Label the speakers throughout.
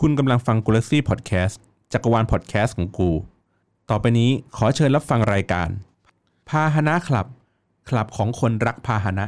Speaker 1: คุณกำลังฟังกูลักซี่พอดแคสต์จักรวาลพอดแคสต์ของกู ต่อไปนี้ขอเชิญรับฟังรายการ พาหนะคลับ คลับของคนรักพาหนะ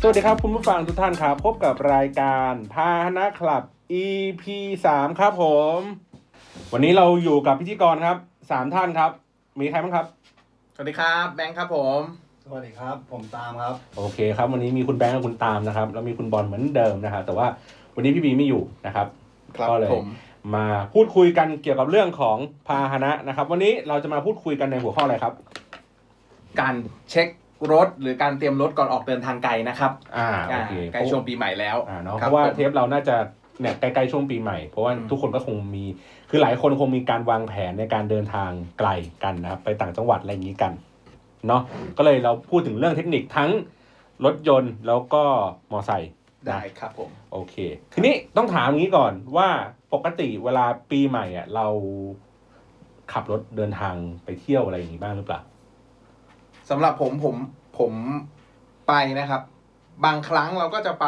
Speaker 1: สวัสดีครับคุณผู้ฟังทุกท่านครับ พบกับรายการพาหนะคลับ EP สามครับผม วันนี้เราอยู่กับพิธีกรครับสามท่านครับ มีใครบ้างครับ
Speaker 2: สวัสดีครับแบงค์ครับผม
Speaker 3: สวัสดีครับ ผมตามครับ
Speaker 1: โอเคครับ วันนี้มีคุณแบงค์และคุณตามนะครับแล้วมีคุณบอลเหมือนเดิมนะครับแต่ว่าวันนี้พี่บีไม่อยู่นะครับ ก็เลย
Speaker 2: ผม
Speaker 1: มาพูดคุยกันเกี่ยวกับเรื่องของพาหนะนะครับ วันนี้เราจะมาพูดคุยกันในหัวข้ออะไรครับ
Speaker 2: การเช็ครถหรือการเตรียมรถก่อนออกเดินทางไกลนะครับ
Speaker 1: อ่าโอ
Speaker 2: อ่า
Speaker 1: เค
Speaker 2: ใกล้ช่วงปีใหม่แล้ว
Speaker 1: อ่าเนาะ
Speaker 2: ค
Speaker 1: เพ
Speaker 2: บ
Speaker 1: ราะว่า
Speaker 2: ผม
Speaker 1: เทปเราน่าจะเนี่ยใกล้ๆช่วงปีใหม่เพราะว่า
Speaker 2: อืม
Speaker 1: ทุกคนก็คงมีคือหลายคนคงมีการวางแผนในการเดินทางไกลกันนะครับไปต่างจังหวัดอะไรอย่างนี้กันเนาะก็เลยเราพูดถึงเรื่องเทคนิคทั้งรถยนต์แล้วก็มอไซค์
Speaker 2: ได้ครับผม
Speaker 1: โอเค ทีนี้ต้องถามงี้ก่อนว่าปกติเวลาปีใหม่อ่ะเราขับรถเดินทางไปเที่ยวอะไรอย่างนี้บ้างหรือเปล่า
Speaker 2: สำหรับผมผมผมไปนะครับ บางครั้งเราก็จะไป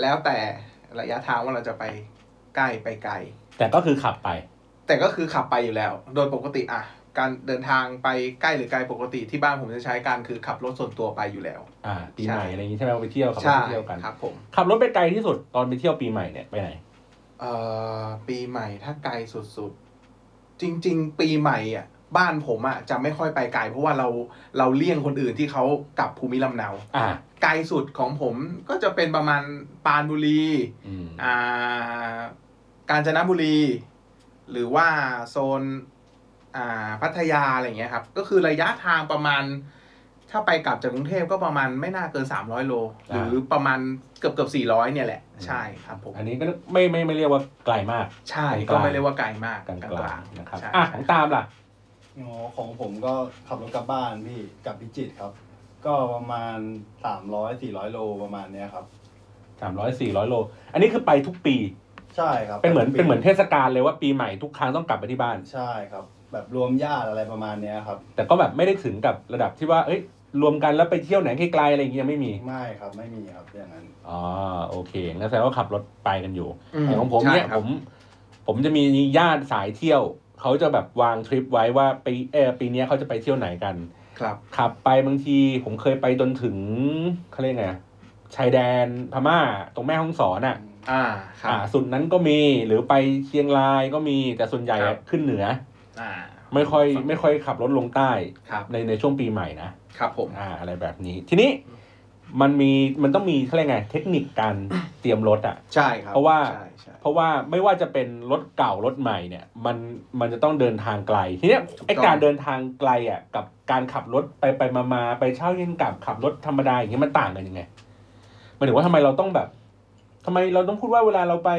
Speaker 2: แล้วแต่ระยะทางว่าเราจะไปใกล้ไปไกล
Speaker 1: แต่ก็คือขับไป
Speaker 2: แต่ก็คือขับไปอยู่แล้ว โดยปกติอ่ะการเดินทางไปใกล้หรือไกลปกติที่บ้านผมจะใช้การคือขับรถส่วนตัวไปอยู่แล้ว
Speaker 1: อ่า ปีใหม่
Speaker 2: ใช่
Speaker 1: อะไรอย่างนี้ใช่ไหมไปเที่ยวขับรถ
Speaker 2: ใช่
Speaker 1: ไปเที่ยวกัน
Speaker 2: ครับผม
Speaker 1: ขับรถไปไกลที่สุดตอนไปเที่ยวปีใหม่เนี่ยไปไหน
Speaker 2: เอ่อปีใหม่ถ้าไกลสุดๆ จริง ๆ ปีใหม่อ่ะบ้านผมอ่ะจะไม่ค่อยไปไกล เพราะว่าเราเราเลี่ยงคนอื่นที่เขากลับภูมิลำเนา
Speaker 1: อ่า
Speaker 2: ไกลสุดของผมก็จะเป็นประมาณปรานบุรี
Speaker 1: อืม
Speaker 2: อ่ากาญจนบุรี หรือว่าโซนอ่าพัทยาอะไรอย่างเงี้ยครับ ก็คือระยะทางประมาณ ถ้าไปกลับจากกรุงเทพก็ประมาณไม่น่าเกิน 300 โล หรือประมาณเกือบเกือบ400 เนี่ยแหละใช่ครับผม
Speaker 1: อันนี้ก็ไม่ไม่ไม่เรียกว่าไกลมาก
Speaker 2: ใช่
Speaker 1: ก
Speaker 2: ก็
Speaker 1: ลางๆ
Speaker 2: ไม่เรียกว่าไกลมาก
Speaker 1: กลาง
Speaker 2: ล
Speaker 1: ๆนะครับ
Speaker 2: ใช่
Speaker 1: อ่ะของตามล่ะ
Speaker 3: อ๋อของผมก็ขับรถกลับบ้านพี่กลับพิจิตรครับ ก็ประมาณ 300 400 โลประมาณเนี้ยครับ
Speaker 1: สามร้อยสี่ร้อยโล อันนี้คือไปทุกปี
Speaker 3: ใช่ครับ
Speaker 1: เป็นเหมือน
Speaker 3: แบบ
Speaker 1: เป็นเหมือนเทศกาลเลยว่าปีใหม่ทุกครั้งต้องกลับไปที่บ้าน
Speaker 3: ใช่ครับ แบบรวมญาติอะไรประมาณเนี้ยครับ
Speaker 1: แต่ก็แบบไม่ได้ถึงกับระดับที่ว่า เอ้ย รวมกันแล้วไปเที่ยวไหนไกลๆอะไรอย่างเงี้ยไม่มี
Speaker 3: ไม่ครับไม่มีครับอย่างนั้น
Speaker 1: อ๋อ โอเค งั้นแสดงว่าขับรถไปกันอยู่
Speaker 2: ม
Speaker 1: แต่ของผมเนี่ย
Speaker 2: ใช่ครับ
Speaker 1: ผม ผมจะมีญาติสายเที่ยว เขาจะแบบวางทริปไว้ว่าปีเออปีเนี้ยเขาจะไปเที่ยวไหนกัน
Speaker 2: ครับ
Speaker 1: ขับไปบางทีผมเคยไปจนถึงเขาเรียกไงอะชายแดนพม่าตรงแม่ฮ่องสอนอ่ะ
Speaker 2: อ่าครับ
Speaker 1: อ่า สุดนั้นก็มี หรือไปเชียงรายก็มี แต่ส่วนใหญ่
Speaker 2: ครั
Speaker 1: อะ
Speaker 2: บ
Speaker 1: ขึ้นเหนือ
Speaker 2: อ่า
Speaker 1: ไม่ค่อยไม่ค่อยขับรถลงใต้
Speaker 2: ครับ
Speaker 1: ในในช่วงปีใหม่นะ
Speaker 2: ครับผม
Speaker 1: อ่าอะไรแบบนี้ ทีนี้มันมีมันต้องมีเขาเรียกไง เทคนิคการ เตรียมรถอ่ะ
Speaker 2: ใช่ครับ
Speaker 1: เพราะว่า
Speaker 2: ใช่ใช่
Speaker 1: เพราะว่าไม่ว่าจะเป็นรถเก่ารถใหม่เนี่ย มันมันจะต้องเดินทางไกล ทีเนี้ยไอการเดินทางไกลอ่ะกับการขับรถไปไปมามาไปเช่าเย็นกลับขับรถธรรมดาอย่างเงี้ยมันต่างกันยังไงหมายถึงว่าทำไมเราต้องแบบทำไมเราต้องพูดว่าเวลาเราไป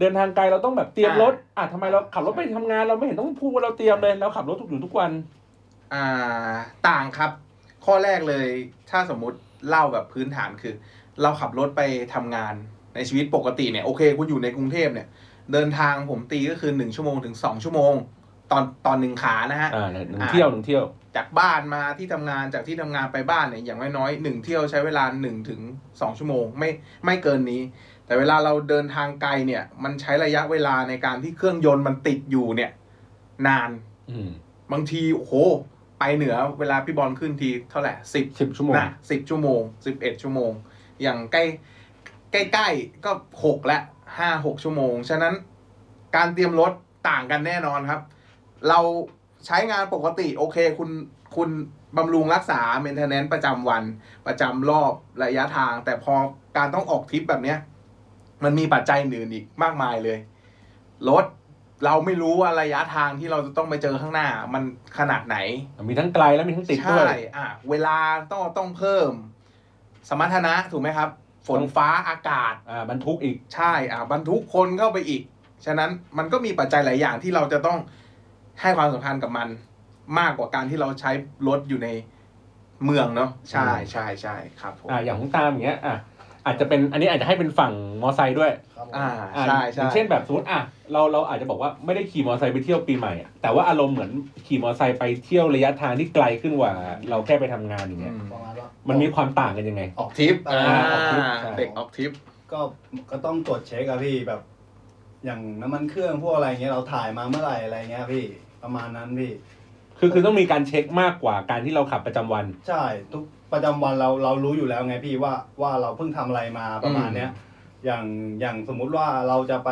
Speaker 1: เดินทางไกลเราต้องแบบเตรียมรถอ่ะทำไมเราขับรถไปทำงาน เราไม่เห็นต้องพูดว่าเราเตรียมเลยเราขับรถทุกอยู่ทุกวัน
Speaker 2: อ่าต่างครับ ข้อแรกเลยถ้าสมมุติเล่าแบบพื้นฐานคือ เราขับรถไปทำงานในชีวิตปกติเนี่ยโอเค คุณอยู่ในกรุงเทพเนี่ย เดินทางผมตีก็คือหนึ่งชั่วโมงถึงสองชั่วโมง ตอนตอนหนึ่งขานะฮะ
Speaker 1: อ่าหนึ่งเที่ยวหนึ่งเที่ยว
Speaker 2: จากบ้านมาที่ทำงานจากที่ทำงานไปบ้านเนี่ยอย่างน้อยๆหนึ่งเที่ยวใช้เวลา1นถึงสชั่วโมงไม่ไม่เกินนี้ แต่เวลาเราเดินทางไกลเนี่ย มันใช้ระยะเวลาในการที่เครื่องยนต์มันติดอยู่เนี่ย นาน
Speaker 1: อืม
Speaker 2: บางทีโอ้โห ไปเหนือเวลาพี่บอลขึ้นทีเท่าไหร่สิบ
Speaker 1: สิบชั่วโมง
Speaker 2: นะสิบชั่วโมงสิบเอ็ดชั่วโมง อย่างใกล้ใกล้ๆก็หกละห้าหกชั่วโมง ฉะนั้นการเตรียมรถต่างกันแน่นอนครับ เราใช้งานปกติโอเคคุณคุณบำรุงรักษาเมนเทนแนนประจำวันประจำรอบระยะทาง แต่พอการต้องออกทริปแบบเนี้ย มันมีปัจจัยอื่นอีกมากมายเลยรถเราไม่รู้ว่าระยะทางที่เราจะต้องไปเจอข้างหน้า มันขนาดไหน
Speaker 1: มีทั้งไกลและมีทั้งติดด้วย
Speaker 2: ใช่ อ่ะ เวลาต้องต้องเพิ่ม สมรรถนะถูกไหมครับ ฝนฟ้าอากาศ
Speaker 1: อ่าบรรทุกอีก
Speaker 2: ใช่ อ่ะบรรทุกคนเข้าไปอีก ฉะนั้นมันก็มีปัจจัยหลายอย่างที่เราจะต้องให้ความสำคัญกับมัน มากกว่าการที่เราใช้รถอยู่ใน เมืองเนาะใช่ใช่ใช่ครับผม
Speaker 1: อ่าอย่างของตามอย่างเงี้ยอ่ะอาจจะเป็นอันนี้อาจจะให้เป็นฝั่งมอไซค์ด้วย
Speaker 3: ครับผม
Speaker 2: อ่า
Speaker 1: อ่ะ
Speaker 2: ใช่
Speaker 1: อ
Speaker 2: ใช่
Speaker 1: ย่างเช่นแบบสมมติอ่ะเราเราอาจจะบอกว่าไม่ได้ขี่มอไซค์ไปเที่ยวปีใหม่อ่ะแต่ว่าอารมณ์เหมือนขี่มอไซค์ไปเที่ยวระยะทางที่ไกลขึ้นกว่า เราแค่ไปทำงานอย่างเงี้ย
Speaker 3: ประมาณว่า
Speaker 1: มันมีความต่างกันยังไง
Speaker 3: อ
Speaker 2: อ
Speaker 3: อ
Speaker 2: อก กทริป
Speaker 1: อ่า
Speaker 2: อ่า
Speaker 1: ใช่
Speaker 2: เด็กออกทริป
Speaker 3: ก็ก็ต้องตรวจเช็คอะพี่แบบ อย่างน้ำมันเครื่องพวกอะไรเงี้ยเราถ่ายมาเมื่อไหร่อะไรเงี้ยพี่ประมาณนั้นพี่
Speaker 1: คือคือต้องมีการเช็คมากกว่าการที่เราขับประจำวัน
Speaker 3: ใช่ทุกประจำวันเราเรารู้อยู่แล้วไงพี่ว่าว่าเราเพิ่งทำอะไรมาประมาณเนี้ยอย่างอย่างสมมุติว่าเราจะไป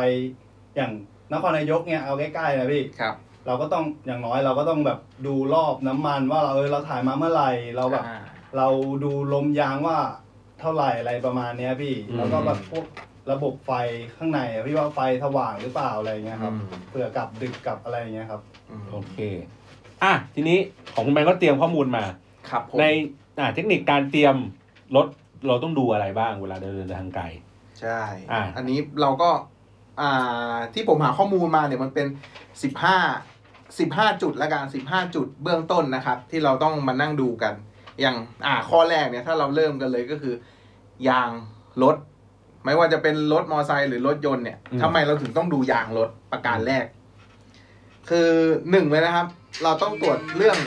Speaker 3: อย่างนครนายกเนี่ยเอาใกล้ๆนะพี่
Speaker 2: ครับ
Speaker 3: เราก็ต้องอย่างน้อยเราก็ต้องแบบดูรอบน้ำมันว่าเราเออเราถ่ายมาเมื่อไหร่เราแบบ
Speaker 2: อ่า
Speaker 3: เราดูลมยางว่าเท่าไหร่อะไรประมาณเนี้ยพี่
Speaker 1: อืม
Speaker 3: แล้วก็แบบพวกระบบไฟข้างในอะพี่ว่าไฟสว่างหรือเปล่าอะไรเงี้ยครับ
Speaker 2: อืม
Speaker 3: เผื่อกลับดึกกลับอะไรเงี้ยครับ
Speaker 2: อืม
Speaker 1: โอเค อ่ะทีนี้ของคุณแบงค์ก็เตรียมข้อมูลมา
Speaker 2: ครับผม
Speaker 1: ในอ่ะเทคนิคการเตรียมรถเราต้องดูอะไรบ้างเวลาเดินทางไกล
Speaker 2: ใช่
Speaker 1: อ่า
Speaker 2: อันนี้เราก็อ่าที่ผมหาข้อมูลมาเนี่ยมันเป็นสิบห้าสิบห้าจุดละกันสิบห้าจุดเบื้องต้นนะครับ ที่เราต้องมานั่งดูกัน อย่างอ่าข้อแรกเนี่ยถ้าเราเริ่มกันเลยก็คือ ยางรถ ไม่ว่าจะเป็นรถมอไซค์หรือรถยนต์เนี่ย
Speaker 1: อืม
Speaker 2: ทำไมเราถึงต้องดูยางรถประการแรก คือหนึ่งเลยนะครับ เราต้องตรวจเรื่อง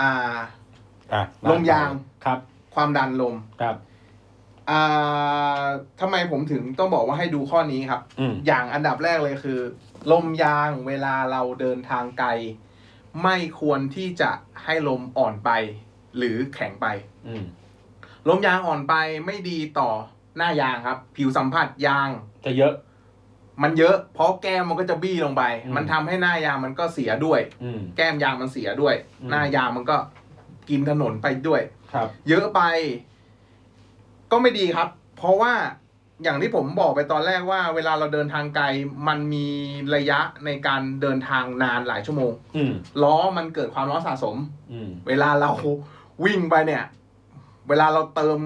Speaker 2: อ่า
Speaker 1: อ่ะ
Speaker 2: ลมยาง
Speaker 1: ครับ
Speaker 2: ความดันลม
Speaker 1: ครับ
Speaker 2: อ่าทำไมผมถึงต้องบอกว่าให้ดูข้อนี้ครับ
Speaker 1: อืม
Speaker 2: อย่างอันดับแรกเลยคือ ลมยางเวลาเราเดินทางไกล ไม่ควรที่จะให้ลมอ่อนไป หรือแข็งไป
Speaker 1: อืม
Speaker 2: ลมยางอ่อนไปไม่ดีต่อหน้ายางครับ ผิวสัมผัสยาง
Speaker 1: จะเยอะ
Speaker 2: มันเยอะ เพราะแก้มมันก็จะบี้ลงไป
Speaker 1: อืม
Speaker 2: มันทำให้หน้ายางมันก็เสียด้วย
Speaker 1: อืม
Speaker 2: แก้มยางมันเสียด้วย
Speaker 1: อืม
Speaker 2: หน้ายางมันก็กินถนนไปด้วย
Speaker 1: ครับ
Speaker 2: เยอะไปก็ไม่ดีครับ เพราะว่าอย่างที่ผมบอกไปตอนแรกว่า เวลาเราเดินทางไกลมันมีระยะในการเดินทางนานหลายชั่วโมง
Speaker 1: อืม
Speaker 2: ล้อมันเกิดความร้อนสะสม
Speaker 1: อืม
Speaker 2: เวลาเราวิ่งไปเนี่ย เวลาเราเติม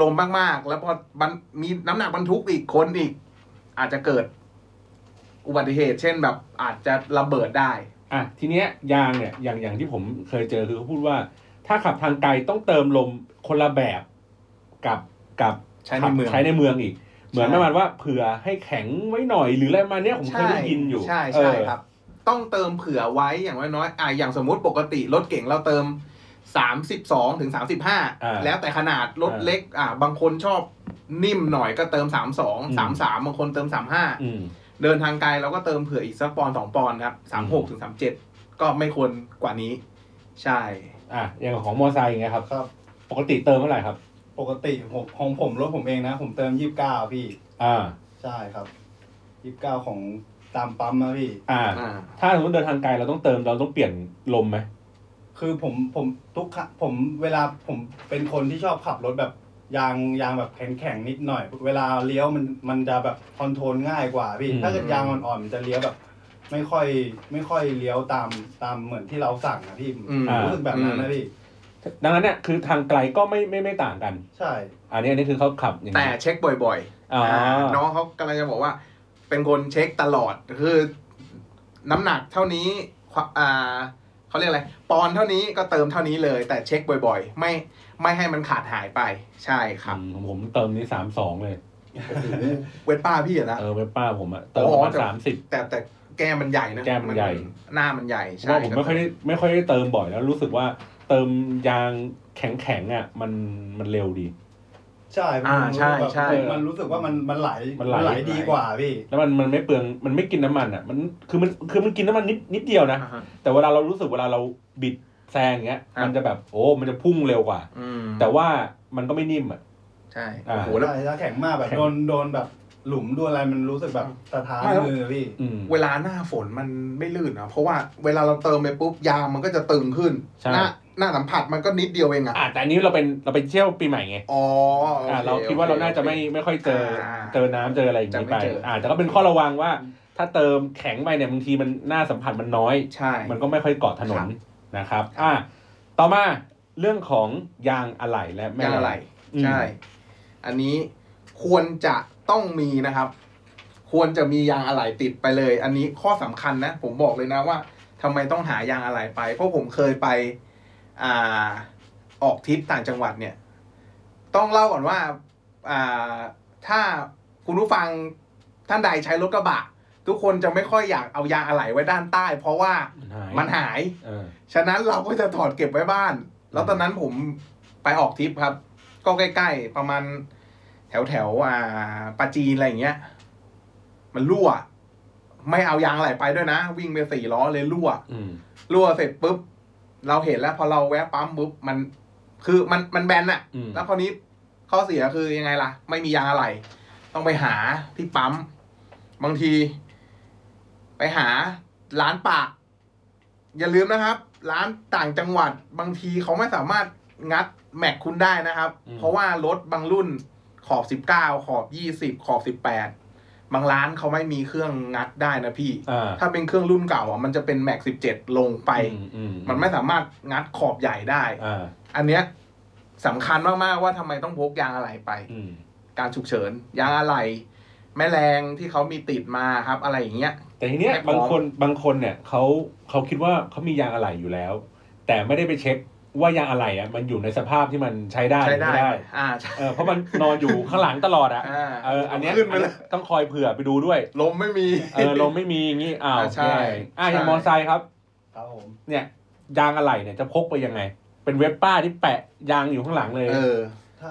Speaker 2: ลมมากๆ แล้วพอมันมีน้ำหนักบรรทุกอีกคนอีก อาจจะเกิดอุบัติเหตุ เช่นแบบอาจจะระเบิดได้
Speaker 1: อ่ะทีเนี้ยยางเนี่ยอย่างอย่างที่ผมเคยเจอคือเขาพูดว่า ถ้าขับทางไกลต้องเติมลมคนละแบบกับกับ
Speaker 2: ใช้ในเมือง
Speaker 1: ใช้ในเมืองอีก เหมือนประมาณว่าเผื่อให้แข็งไว้หน่อยหรืออะไรประมาณเนี้ยผมเคยได้ยินอยู่
Speaker 2: ใช่ใช่
Speaker 1: เออ
Speaker 2: ครับ ต้องเติมเผื่อไว้อย่างน้อยๆอ่ะอย่างสมมุติปกติรถเก่งเราเติม 32ถึง
Speaker 1: อ่า
Speaker 2: 35 แล้วแต่ขนาดรถ
Speaker 1: อ่า
Speaker 2: เล็กอ่ะบางคนชอบนิ่มหน่อยก็เติม 32 33 บางคนเติม
Speaker 1: อืม
Speaker 2: 35 เดินทางไกลเราก็เติมเผื่ออีกสักปอนด์สองปอนด์ครับ 36ถึง37 ก็ไม่ควรกว่านี้ ใช่
Speaker 1: อ่ะอย่างของมอไซค์ไงครับ
Speaker 3: ครับ
Speaker 1: ปกติเติมเท่าไหร่ครับ
Speaker 3: ปกติผมของผมรถผมเองนะ ผมเติมยี่สิบเก้าพี่
Speaker 1: อ่า
Speaker 3: ใช่ครับยี่สิบเก้าของตามปั๊มนะพี่
Speaker 1: อ่า
Speaker 2: อ่า
Speaker 1: ถ้าสมมติเดินทางไกลเราต้องเติมเราต้องเปลี่ยนลมไหม
Speaker 3: คือผมผมทุกครั้งผมเวลาผมเป็นคนที่ชอบขับรถแบบยางยางแบบแข็งๆนิดหน่อย เวลาเลี้ยวมันมันจะแบบคอนโทรลง่ายกว่าพี่
Speaker 1: อืม
Speaker 3: ถ้าเกิดยางอ่อนๆมันจะเลี้ยวแบบ ไม่ค่อยไม่ค่อยเลี้ยวตามตามเหมือนที่เราสั่งนะพี่
Speaker 2: อืม
Speaker 3: ผมรู้สึกแบบนั้นนะพี่
Speaker 1: ดังนั้นเนี่ยคือทางไกลก็ไม่ไม่ไม่ต่างกัน
Speaker 3: ใช่
Speaker 1: อันนี้อันนี้คือเขาขับอย่าง
Speaker 2: แต่
Speaker 1: นี้
Speaker 2: เช็คบ่อย
Speaker 1: อ๋ออ่
Speaker 2: าน้องเขากำลังจะบอกว่า เป็นคนเช็คตลอดคือน้ำหนักเท่านี้ควอ่าเขาเรียกอะไร ปอนด์เท่านี้ก็เติมเท่านี้เลย แต่เช็คบ่อยๆ ไม่ไม่ให้มันขาดหายไป ใช่ครับ
Speaker 1: อืมผมเติมนี่สามสองเลย
Speaker 2: เวทป้าพี่อะนะ
Speaker 1: เออเว็บป้าผมอะเติม
Speaker 2: อ๋อ
Speaker 1: ประมาณ
Speaker 2: แต่
Speaker 1: สามสิบ
Speaker 2: แต่แต่แก้มมันใหญ่นะ
Speaker 1: แก้มมันใหญ่
Speaker 2: หน้ามันใหญ่
Speaker 1: เพ
Speaker 2: ใช่
Speaker 1: ราะผมไม่ค่อยได้ไม่ค่อยได้เติมบ่อยแล้วรู้สึกว่าเติมยางแข็งแข็งๆอะมันมันเร็วดี
Speaker 3: ใช่
Speaker 2: อ่าใช่ใช่
Speaker 3: มันมันรู้สึกว่ามันมันไหล
Speaker 1: มันไหล
Speaker 3: ดีกว่าพี่
Speaker 1: แล้วมันมันไม่เปลืองมันไม่กินน้ำมันอะมันคือมันคือมันกินน้ำมันนิดนิดเดียวนะ แต่เวลาเรารู้สึกเวลาเราบิดแซงอย่างเงี้ย
Speaker 2: ครับ
Speaker 1: มันจะแบบโอ้มันจะพุ่งเร็วกว่า
Speaker 2: อืม
Speaker 1: แต่ว่ามันก็ไม่นิ่มอะ
Speaker 2: ใช่
Speaker 1: อ่า
Speaker 2: โอ้โห
Speaker 3: โอ้
Speaker 2: แล้ว
Speaker 3: ได้ถ้าแข็งมากแบบ
Speaker 1: แข็ง
Speaker 3: โดนโดนแบบหลุมโดนอะไรมันรู้สึกแบบสะท้าน
Speaker 2: ไม่แล้ว
Speaker 3: มือพี่
Speaker 1: อืม
Speaker 2: เวลาหน้าฝนมันไม่ลื่นอะเพราะว่าเวลาเราเติมไปปุ๊บยางมันก็จะตึงขึ้น
Speaker 1: ใช่
Speaker 2: หน้าหน้าสัมผัสมันก็นิดเดียวเองอะ
Speaker 1: อ่ะแต่อันนี้เราเป็นเราไปเที่ยวปีใหม่ไง
Speaker 2: อ๋อโอ
Speaker 1: อ่ะ
Speaker 2: ค
Speaker 1: เราคิดว่าเราน่าจะ
Speaker 2: โอ
Speaker 1: ไม่ไม่ค่อยเจอ
Speaker 2: อ่า
Speaker 1: เจอน้ำเจออะไรอย่างนี้ไป
Speaker 2: จะไม่เจออ่
Speaker 1: อ่ะแต่ก็เป็นข้อระวังว่า ถ้าเติมแข็งไปเนี่ยบางทีมันหน้าสัมผัสมันน้อย
Speaker 2: ใช่
Speaker 1: มันก็ไม่ค่อยเกาะถนน
Speaker 2: ครับ
Speaker 1: นะครับอ่ะต่อมาเรื่องของยางอะไหล่และแม่
Speaker 2: ยางอะไร
Speaker 1: อืม
Speaker 2: ใช่ อันนี้ควรจะต้องมีนะครับ ควรจะมียางอะไหล่ติดไปเลย อันนี้ข้อสำคัญนะ ผมบอกเลยนะว่าทำไมต้องหายางอะไหล่ไป เพราะผมเคยไป อ่าออกทริปต่างจังหวัดเนี่ย ต้องเล่าก่อนว่าอ่าถ้าคุณผู้ฟังท่านใดใช้รถกระบะ ทุกคนจะไม่ค่อยอยากเอายางอะไหล่ไว้ด้านใต้ เพราะว่า
Speaker 1: มันหาย
Speaker 2: มันหาย
Speaker 1: เออ
Speaker 2: ฉะนั้นเราก็จะถอดเก็บไว้บ้าน แล้วตอนนั้นผมไปออกทริปครับ ก็ใกล้ๆ ประมาณแถวแถวๆอ่าปาจีนอะไรอย่างเงี้ย มันรั่ว ไม่เอายางอะไหลไปด้วยนะ วิ่งไปสี่ล้อเลยรั่ว
Speaker 1: อืม
Speaker 2: รั่วเสร็จปุ๊บ เราเห็นแล้วพอเราแวะปั๊มปุ๊บมัน คือมันมันแบนอะ
Speaker 1: อืม
Speaker 2: แล้วคราวนี้ข้อเสียคือยังไงล่ะ ไม่มียางอะไหล่ต้องไปหาที่ปั๊ม บางที ไปหาร้านปะอย่าลืมนะครับ ร้านต่างจังหวัด บางทีเขาไม่สามารถงัดแม็กคุณได้นะครับ เพราะว่ารถบางรุ่นขอบสิบเก้าขอบยี่สิบขอบสิบแปดบางร้านเขาไม่มีเครื่องงัดได้นะพี่
Speaker 1: อ่า
Speaker 2: ถ้าเป็นเครื่องรุ่นเก่าอ่ะมันจะเป็นแม็กสิบเจ็ดลงไป
Speaker 1: อืมอื
Speaker 2: มันไม่สามารถงัดขอบใหญ่ได้
Speaker 1: อ่า
Speaker 2: อันเนี้ยสำคัญมาก ๆ ว่าทำไมต้องพกยางอะไหล่ไป
Speaker 1: อืม
Speaker 2: การฉุกเฉิน ยางอะไหล่แม่แรงที่เขามีติดมาครับ อะไรอย่างเงี้ย
Speaker 1: แต่ทีเนี้ย
Speaker 2: ไม่พร้อ
Speaker 1: าม
Speaker 2: บ
Speaker 1: งคนบางคนเนี่ยเขาเขาคิดว่าเขามียางอะไหล่อยู่แล้ว แต่ไม่ได้ไปเช็คว่ายางอะไหล่อ่ะมันอยู่ในสภาพที่มันใช้ได้ห
Speaker 2: ใช้
Speaker 1: รือ
Speaker 2: ได้
Speaker 1: ไม่ได้
Speaker 2: อ่าใช่
Speaker 1: เออเพราะมันนอนอยู่ข้างหลังตลอดอะ
Speaker 2: อ่า
Speaker 1: เอออันเนี้ย
Speaker 2: ขึ้นไปเลย
Speaker 1: ต้องคอยเผื่อไปดูด้วย
Speaker 2: ลมไม่มี
Speaker 1: เอ อลมไม่มีอย่างงี้อ้าว
Speaker 2: อ่าใช่
Speaker 1: แย่อ่ะอย่าง
Speaker 2: ใช่
Speaker 1: มอไซค์ครับ
Speaker 3: ครับผม
Speaker 1: เนี่ยยางอะไหล่เนี่ยจะพกไปยังไง เป็นเว็บป้าที่แปะยางอยู่ข้างหลังเลย
Speaker 2: เออ
Speaker 3: ถ้า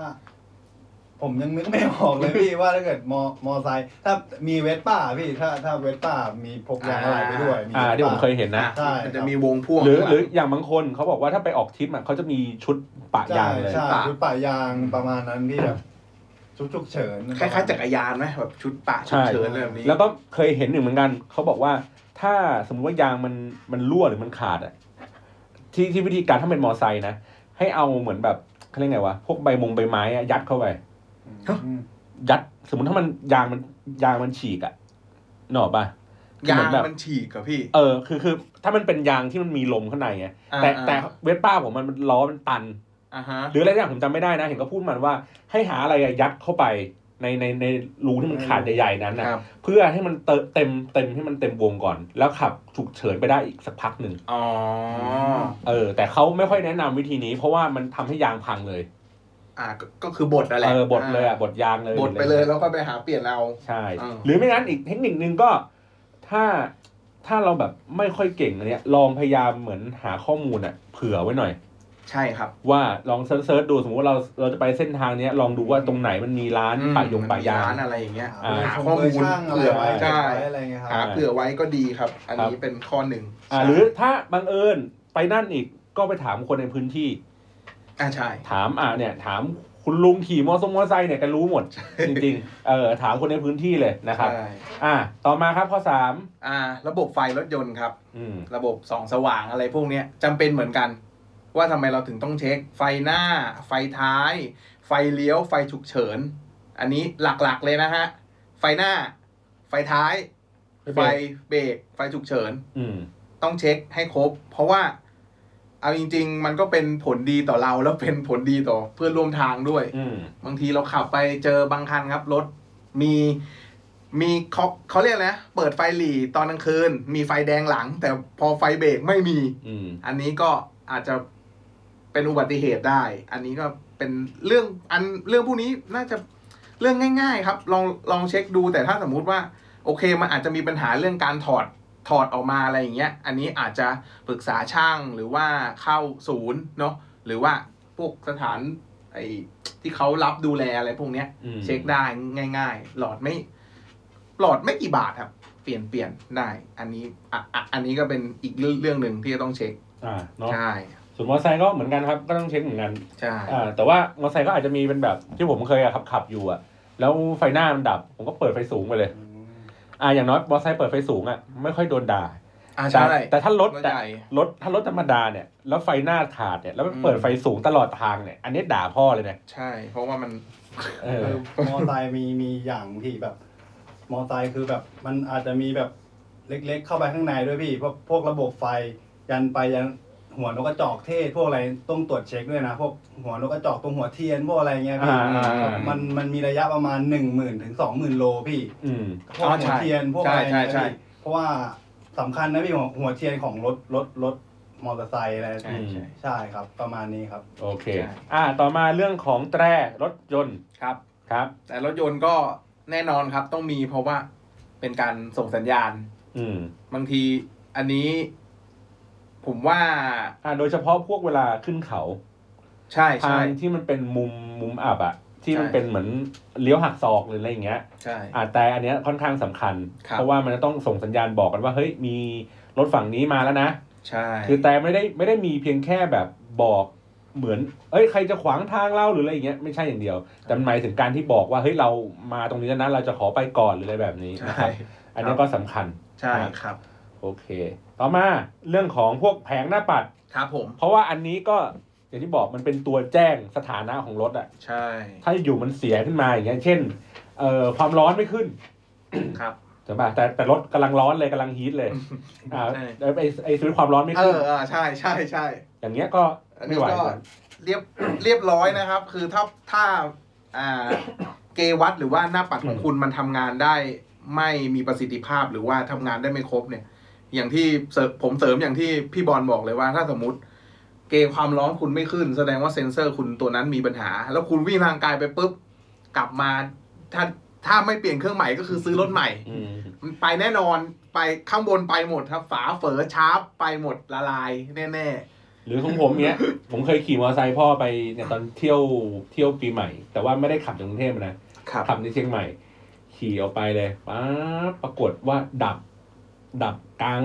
Speaker 3: ผมยังนึกไม่ออกเลยพี่ ว่าถ้าเกิดมอมอไซค์ถ้ามีเวสป้าพี่ถ้าถ้าเวสป้ามีพกยางอะไรไปด้วยมี
Speaker 1: อ่าที่ผมเคยเห็นนะ
Speaker 3: ใช่
Speaker 2: มันจะมีวงพ่วง
Speaker 1: หรือ
Speaker 2: ข้างลัง
Speaker 1: หรืออย่างบางคนเขาบอกว่าถ้าไปออกทริปอะเขาจะมีชุดปะ
Speaker 3: ใช่
Speaker 1: ยางเลย
Speaker 3: ใช่ชุดป่ายางประมาณนั้นพี่แบบชุดฉุกเฉิน
Speaker 2: คล้ายๆจักรยานไหมแบบชุดปะฉุกเฉินอะไรแบบนี้
Speaker 1: แล้วก็เคยเห็นหนึ่งเหมือนกันเขาบอกว่าถ้าสมมติว่ายางมันมันรั่วหรือมันขาดอะที่ที่วิธีการถ้าเป็นมอไซค์นะให้เอาเหมือนแบบเขาเรียกไงวะพวกใบมงใบไม้อะยัดเข้าไป ยัดสมมติถ้ามันยางมันยางมันฉีกอะหนกออกปะ
Speaker 2: ยา
Speaker 1: เหมื
Speaker 2: ง
Speaker 1: อนแบบ
Speaker 2: มันฉีกกับพี่
Speaker 1: เออคือคือถ้ามันเป็นยางที่มันมีลมข้างในไง
Speaker 2: อ่า
Speaker 1: แต่
Speaker 2: อ่า
Speaker 1: แต่เวสป้าผมมันมันล้อมันตัน
Speaker 2: อ่าฮะ
Speaker 1: หรืออะไรอย่างผมจำไม่ได้นะ เห็นก็พูดมันว่าให้หาอะไรอะยัดเข้าไปในในในรูที่มันขาดใหญ่ๆนั้นนะครับ เพื่อให้มันเติเต็มเต็มให้มันเต็มวงก่อน แล้วขับฉุกเฉินไปได้อีกสักพักหนึ่ง
Speaker 2: อ๋อ
Speaker 1: เออ แต่เขาไม่ค่อยแนะนำวิธีนี้เพราะว่ามันทำให้ยางพังเลย
Speaker 2: อ่าก็ก็คือบทอะไร
Speaker 1: เออบดเลยอ่ะบดยางเลย
Speaker 2: บทไปเลยแล้วก็ไปหาเปลี่ยนเอา
Speaker 1: ใช่
Speaker 2: อ่า
Speaker 1: หรือไม่งั้นอีกเทคนิคนึงก็ ถ้าถ้าเราแบบไม่ค่อยเก่งอันเนี้ยลองพยายามเหมือนหาข้อมูลอ่ะเผื่อไว้หน่อย
Speaker 2: ใช่ครับ
Speaker 1: ว่าลองเซิร์ชๆดูสมมติว่าเราเราจะไปเส้นทางเนี้ยลองดูว่าตรงไหนมันมีร้าน
Speaker 2: อืม
Speaker 1: ป่ายงป่ายาง
Speaker 2: ร้านอะไรอย่างเงี้ย
Speaker 1: อ่า
Speaker 2: หา
Speaker 3: หา
Speaker 2: ข้
Speaker 3: ข้
Speaker 2: อ
Speaker 3: อ
Speaker 2: มู
Speaker 3: มู
Speaker 2: ล
Speaker 3: ลเผื่
Speaker 2: เผื่อ
Speaker 3: อ
Speaker 2: ไว้
Speaker 3: ไว้
Speaker 2: ใช่
Speaker 3: อะไรเงี้ยค
Speaker 2: หา
Speaker 3: รับ
Speaker 2: เผื่อไว้ก็ดีครับ อันนี้เป็นข้อหนึ่ง
Speaker 1: อ่าหรือถ้าบังเอิญไปนั่นอีกก็ไปถามคนในพื้นที่
Speaker 2: อ่าใช่
Speaker 1: ถามอ่าเนี่ย ถามคุณลุงขี่มอเตอร์มอไซค์เนี่ยแกันรู้หมด จริงๆเออถามคนในพื้นที่เลยนะครับ
Speaker 2: ใช่
Speaker 1: อ่า ต่อมาครับข้อสาม
Speaker 2: อ่า ระบบไฟรถยนต์ครับ
Speaker 1: อืม
Speaker 2: ระบบส่องสว่างอะไรพวกเนี้ยจำเป็นเหมือนกัน ว่าทำไมเราถึงต้องเช็ค ไฟหน้า ไฟท้าย ไฟเลี้ยว ไฟฉุกเฉิน อันนี้หลักๆเลยนะฮะ ไฟหน้า ไฟท้าย ไฟเบรก ไฟฉุกเฉิน
Speaker 1: อืม
Speaker 2: ต้องเช็คให้ครบ เพราะว่า เอาจริง ๆ มันก็เป็นผลดีต่อเราแล้วเป็นผลดีต่อเพื่อนร่วมทางด้วย
Speaker 1: อืม
Speaker 2: บางทีเราขับไปเจอบางคันครับรถมีมีเขาเขาเรียกอะไรนะเปิดไฟหลีตอนกลางคืน มีไฟแดงหลัง แต่พอไฟเบรกไม่มี
Speaker 1: อืม
Speaker 2: อันนี้ก็อาจจะเป็นอุบัติเหตุได้ อันนี้ก็เป็นเรื่องอันเรื่องพวกนี้น่าจะเรื่องง่าย ๆ ครับ ลองลองเช็คดูแต่ถ้าสมมุติว่า โอเคมันอาจจะมีปัญหาเรื่องการถอดถอดออกมาอะไรอย่างเงี้ย อันนี้อาจจะปรึกษาช่างหรือว่าเข้าศูนย์เนาะหรือว่าพวกสถานไอที่เขารับดูแลอะไรพวกเนี้ย
Speaker 1: อืม
Speaker 2: เช็คได้ง่าย ๆ หลอดไม่ หลอดไม่กี่บาทครับ เปลี่ยนเปลี่ยนได้ อันนี้อ่ะอ่ะอันนี้ก็เป็นอีกเรื่องหนึ่งที่จะต้องเช็ค
Speaker 1: อ่าเนาะ
Speaker 2: ใช่
Speaker 1: ส่วนมอเตอร์ไซค์ก็เหมือนกันครับก็ต้องเช็คเหมือนกัน
Speaker 2: ใช่
Speaker 1: อ่าแต่ว่ามอเตอร์ไซค์ก็อาจจะมีเป็นแบบที่ผมเคยอะขับขับอยู่อะแล้วไฟหน้ามันดับ ผมก็เปิดไฟสูงไปเลย อ่าอย่างน้อยมอเตอร์ไซค์เปิดไฟสูงอะไม่ค่อยโดนด่า
Speaker 2: อ่า
Speaker 1: แต่
Speaker 2: ใช่
Speaker 1: แต่ถ้ารถ
Speaker 2: รถ
Speaker 1: แต่
Speaker 2: ใหญ่
Speaker 1: รถถ้ารถธรรมดาเนี่ยแล้วไฟหน้าขาดเนี่ยแล้วมันเปิดไฟสูงตลอดทางเนี่ย อันนี้ด่าพ่อเลยนะ
Speaker 2: ใช่ เพราะว่ามัน
Speaker 1: เอ
Speaker 3: เอ
Speaker 1: อ
Speaker 3: อมอไซค์มีมีอย่างที่แบบ มอไซค์คือแบบมันอาจจะมีแบบเล็กๆ เข้าไปข้างในด้วยพี่พวกพวกระบบไฟยันไปยันหัวนกกระจอกเทศ พวกอะไรต้องตรวจเช็คด้วยนะ พวกหัวนกกระจอกตรงหัวเทียนพวกอะไรเงี้ยพี่
Speaker 1: อ่าอ่าอ่า
Speaker 3: มันมันมีระยะประมาณหนึ่งหมื่นถึงสองหมื่นโลพี่
Speaker 1: อืม
Speaker 3: พวกหัวเทียนพวกอะไร
Speaker 2: ใช่ใช่
Speaker 3: เนี่ย
Speaker 2: ใช่
Speaker 3: พี่เพราะว่าสำคัญนะพี่หัวหัวเทียนของรถรถรถ มอเตอร์ไซค์อะไร
Speaker 2: ใช่ใช่
Speaker 3: ใช่ครับ ประมาณนี้ครับ
Speaker 1: โอเค อ่า ต่อมาเรื่องของแตรรถยนต์
Speaker 2: ครับ
Speaker 1: ครับ
Speaker 2: แต่รถยนต์ก็แน่นอนครับต้องมีเพราะว่าเป็นการส่งสัญญาณ
Speaker 1: อืม
Speaker 2: บางทีอันนี้ ผมว่า
Speaker 1: อ่า โดยเฉพาะพวกเวลาขึ้นเขา
Speaker 2: ใช่
Speaker 1: ทา
Speaker 2: ใช่
Speaker 1: งที่มันเป็นมุมมุมอับอะที่มัน
Speaker 2: ใช่
Speaker 1: เป็นเหมือนเลี้ยวหักศอกหรืออะไรอย่างเงี้ย
Speaker 2: ใช่
Speaker 1: อ่าแต่อันเนี้ยค่อนข้างสำคัญ
Speaker 2: ครับ
Speaker 1: เพราะว่ามันจะต้องส่งสัญญาณบอกกันว่าเฮ้ยมีรถฝั่งนี้มาแล้วนะ
Speaker 2: ใช่
Speaker 1: คือแต่ไม่ได้ไม่ได้มีเพียงแค่แบบบอกเหมือน เอ้ยใครจะขวางทางเราหรืออะไรอย่างเงี้ยไม่ใช่อย่างเดียว แต่มันหมายถึงการที่บอกว่าเฮ้ยเรามาตรงนี้แล้วนะเราจะขอไปก่อนหรืออะไรแบบนี้นะค
Speaker 2: ใช่
Speaker 1: รับอันนี้ก็สำคัญ
Speaker 2: ใช่ครับ
Speaker 1: โอเค ต่อมาเรื่องของพวกแผงหน้าปัด
Speaker 2: ครับผม
Speaker 1: เพราะว่าอันนี้ก็อย่างที่บอกมันเป็นตัวแจ้งสถานะของรถอะ
Speaker 2: ใช่
Speaker 1: ถ้าอยู่มันเสียขึ้นมาอย่างเงี้ยเช่นเอ่อความร้อนไม่ขึ้น
Speaker 2: ครับ
Speaker 1: ใช่ป่ะแต่แต่รถกำลังร้อนเลยกำลังฮีทเลยอ่า
Speaker 2: ใช่
Speaker 1: ไอ้ไอ้สวิตช์ความร้อนไม่
Speaker 2: เอ
Speaker 1: ขึ้น
Speaker 2: อเออใช่ใช่ใช่
Speaker 1: อย่างเงี้ยก็
Speaker 2: อัน
Speaker 1: ไม่
Speaker 2: นี้
Speaker 1: ไหว
Speaker 2: ก็
Speaker 1: เหมือนกัน
Speaker 2: เรียบ เรียบร้อยนะครับ คือถ้าถ้าอ่า เกวัตหรือว่าหน้าปัดของคุณมันทำงานได้ไม่มีประสิทธิภาพหรือว่าทำงานได้ไม่ครบเนี่ย อย่างที่เสริมผมเสริมอย่างที่พี่บอลบอกเลยว่าถ้าสมมติ เกความร้อนคุณไม่ขึ้น แสดงว่าเซ็นเซอร์คุณตัวนั้นมีปัญหา แล้วคุณวิ่งทางกายไปปุ๊บกลับมา ถ้าถ้าไม่เปลี่ยนเครื่องใหม่ก็คือซื้อรถใหม่
Speaker 1: อืม
Speaker 2: มันไปแน่นอนไปข้างบนไปหมดครับฝาเฝอชาร์ปไปหมดละลายแน่
Speaker 1: หรือของผมเนี้ย ผมเคยขี่มอเตอร์ไซค์พ่อไปเนี่ยตอนเที่ยวเที่ยวปีใหม่ แต่ว่าไม่ได้ขับจากกรุงเทพนะ
Speaker 2: ๆครับ
Speaker 1: ขับในเชียงใหม่ ขี่ออกไปเลยป๊าบปรากฏว่าดับ ดับกลาง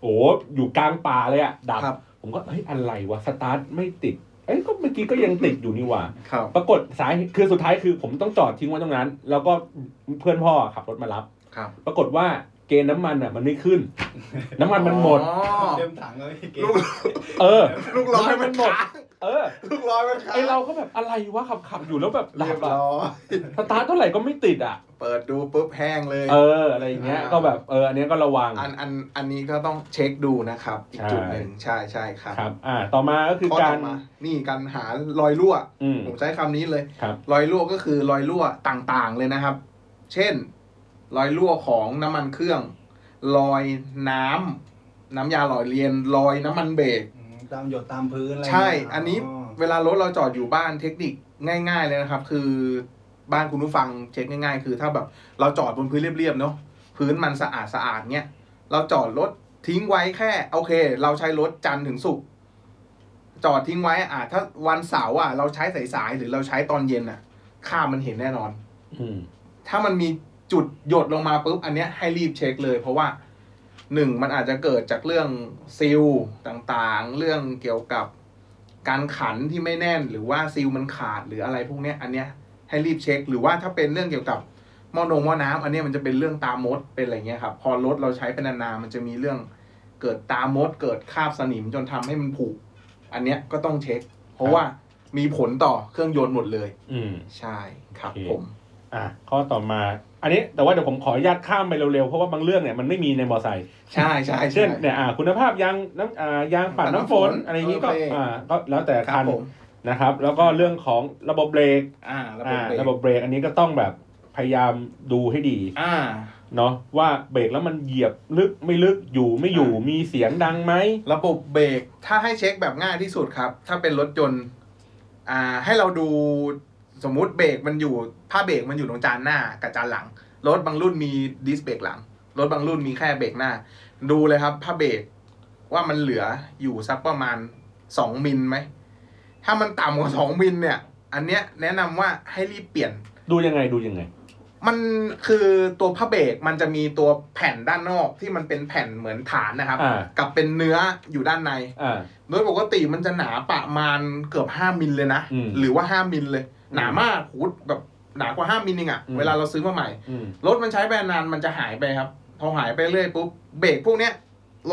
Speaker 1: โอ้อยู่กลางป่าเลยอะดับ
Speaker 2: ครับ
Speaker 1: ผมก็เฮ้ยอะไรวะสตาร์ทไม่ติด เอ้ยก็เมื่อกี้ก็ยังติดอยู่นี่หว่า
Speaker 2: ครับ
Speaker 1: ปรากฏสายคือสุดท้ายคือผมต้องจอดทิ้งไว้ตรงนั้น แล้วก็เพื่อนพ่อขับรถมารับ
Speaker 2: ครับ
Speaker 1: ปรากฏว่าเกณฑ์น้ำมันอ่ะ มันไม่ขึ้น น้ำมันมันหมด
Speaker 2: อ๋อ
Speaker 3: เต็มถังเลยพี่เก๋
Speaker 2: ลูก
Speaker 1: เออ
Speaker 2: ลูกร้อยมันหมด
Speaker 1: เออ
Speaker 2: ลูกร้อยมันค้ง
Speaker 1: ไอเราก็แบบอะไรวะขับขับอยู่แล้วแบบดั
Speaker 2: เรีย
Speaker 1: บบ อะ
Speaker 2: ร้อย
Speaker 1: สตาร์ทเท่าไหร่ก็ไม่ติดอ่ะ
Speaker 2: เปิดดูปุ๊บแห้งเลย
Speaker 1: เอออะไรอย่างเงี้ย
Speaker 2: อ่า
Speaker 1: ก็แบบเอออันเนี้ยก็ระวัง
Speaker 2: อันอันอันนี้ก็ต้องเช็คดูนะครับ อีกจุดหนึ่งใช่ใช่ครับ
Speaker 1: ครับ อ่า ต่อมาก็คือ
Speaker 2: ข้อ
Speaker 1: การ
Speaker 2: ต่อมานี่การหารอยรั่ว
Speaker 1: อืม
Speaker 2: ผมใช้คำนี้เลย
Speaker 1: ครับ
Speaker 2: รอยรั่วก็คือรอยรั่วต่างๆเลยนะครับ เช่น รอยรั่วของน้ำมันเครื่อง รอยน้ำน้ำยาหล่อเลียน รอยน้ำมันเบรก
Speaker 3: อืมตามหยดตามพื้นอะไร
Speaker 2: ใช่
Speaker 3: ย่างเงี้ย
Speaker 2: อันนี้
Speaker 3: อ๋อ
Speaker 2: เวลารถเราจอดอยู่บ้านเทคนิคง่าย ๆ เลยนะครับ คือบ้านคุณผู้ฟังเช็คง่าย ๆ คือถ้าแบบเราจอดบนพื้นเรียบๆเนาะพื้นมันสะอาดสะอาดเนี่ยเราจอดรถทิ้งไว้แค่ โอเค เราใช้รถจันทร์ถึงศุกร์จอดทิ้งไว้อ่ะถ้าวันเสาร์อ่ะ เราใช้สายๆหรือเราใช้ตอนเย็นอ่ะค่ามันเห็นแน่นอน
Speaker 1: อืม
Speaker 2: ถ้ามันมีจุดหยดลงมาปุ๊บอันเนี้ยให้รีบเช็คเลย เพราะว่าหนึ่งมันอาจจะเกิดจากเรื่องซิลต่างๆ เรื่องเกี่ยวกับการขันที่ไม่แน่น หรือว่าซิลมันขาดหรืออะไรพวกเนี้ยอันเนี้ยให้รีบเช็ค หรือว่าถ้าเป็นเรื่องเกี่ยวกับหม้อนงหม้อน้ำอันเนี้ยมันจะเป็นเรื่องตามดเป็นอะไรเงี้ยครับพอรถเราใช้เป็นนานๆมันจะมีเรื่องเกิดตามด เกิดคราบสนิมจนทำให้มันผุอันเนี้ยก็ต้องเช็ค เพราะว่ามีผลต่อเครื่องยนต์หมดเลย
Speaker 1: อืม
Speaker 2: ใช่ครับ
Speaker 1: โอเค
Speaker 2: ผม
Speaker 1: อ่ะข้อต่อมา อันนี้แต่ว่าเดี๋ยวผมขออนุญาตข้ามไปเร็วๆ เพราะว่าบางเรื่องเนี่ยมันไม่มีในมอไซค์
Speaker 2: ใช่ใช่ใช่
Speaker 1: เช่นเนี่ยอ่าคุณภาพยางน้ำอ่ายางปัดน้ำฝน
Speaker 2: น้ำฝน
Speaker 1: อะไรอย่างงี้ก็
Speaker 2: โอเค
Speaker 1: อ่าก็แล้วแต่
Speaker 2: ครั
Speaker 1: คั
Speaker 2: บ
Speaker 1: น
Speaker 2: ผม
Speaker 1: นะครับ แล้วก็เรื่องของระบบเบรก
Speaker 2: อ่าระบบ
Speaker 1: อ่า
Speaker 2: เบรก
Speaker 1: ระบบเบรกอันนี้ก็ต้องแบบพยายามดูให้ดี
Speaker 2: อ่า
Speaker 1: เนาะว่าเบรกแล้วมันเหยียบลึกไม่ลึกอยู่ไม่อยู่
Speaker 2: อ่า
Speaker 1: มี
Speaker 2: มี
Speaker 1: เสียงดังไหม
Speaker 2: ระบบเบรกถ้าให้เช็คแบบง่ายที่สุดครับ ถ้าเป็นรถยนต์อ่าให้เราดูสมมุติเบรกมันอยู่ผ้าเบรกมันอยู่ตรงจานหน้ากับจานหลัง รถบางรุ่นมีดิสเบรกหลัง รถบางรุ่นมีแค่เบรกหน้า ดูเลยครับผ้าเบรกว่ามันเหลืออยู่สักประมาณสองมิลไหมถ้ามันต่ำกว่าสองมิลเนี่ย อันเนี้ยแนะนำว่าให้รีบเปลี่ยน
Speaker 1: ดูยังไงดูยังไง
Speaker 2: มันคือตัวผ้าเบรกมันจะมีตัวแผ่นด้านนอกที่มันเป็นแผ่นเหมือนฐานนะครับ
Speaker 1: อ่า
Speaker 2: กับเป็นเนื้ออยู่ด้านใน
Speaker 1: อ่า
Speaker 2: โดยปกติมันจะหนาประมาณเกือบ 5มิลเลยนะ
Speaker 1: อืม
Speaker 2: หรือว่า 5มิลเลย
Speaker 1: อืม
Speaker 2: หนามากหูดแบบหนากว่า 5มิลเองอะ
Speaker 1: อืม
Speaker 2: เวลาเราซื้อมาใหม่
Speaker 1: อืม
Speaker 2: รถมันใช้ไปนานมันจะหายไปครับ พอหายไปเรื่อยปุ๊บเบรกพวกเนี้ย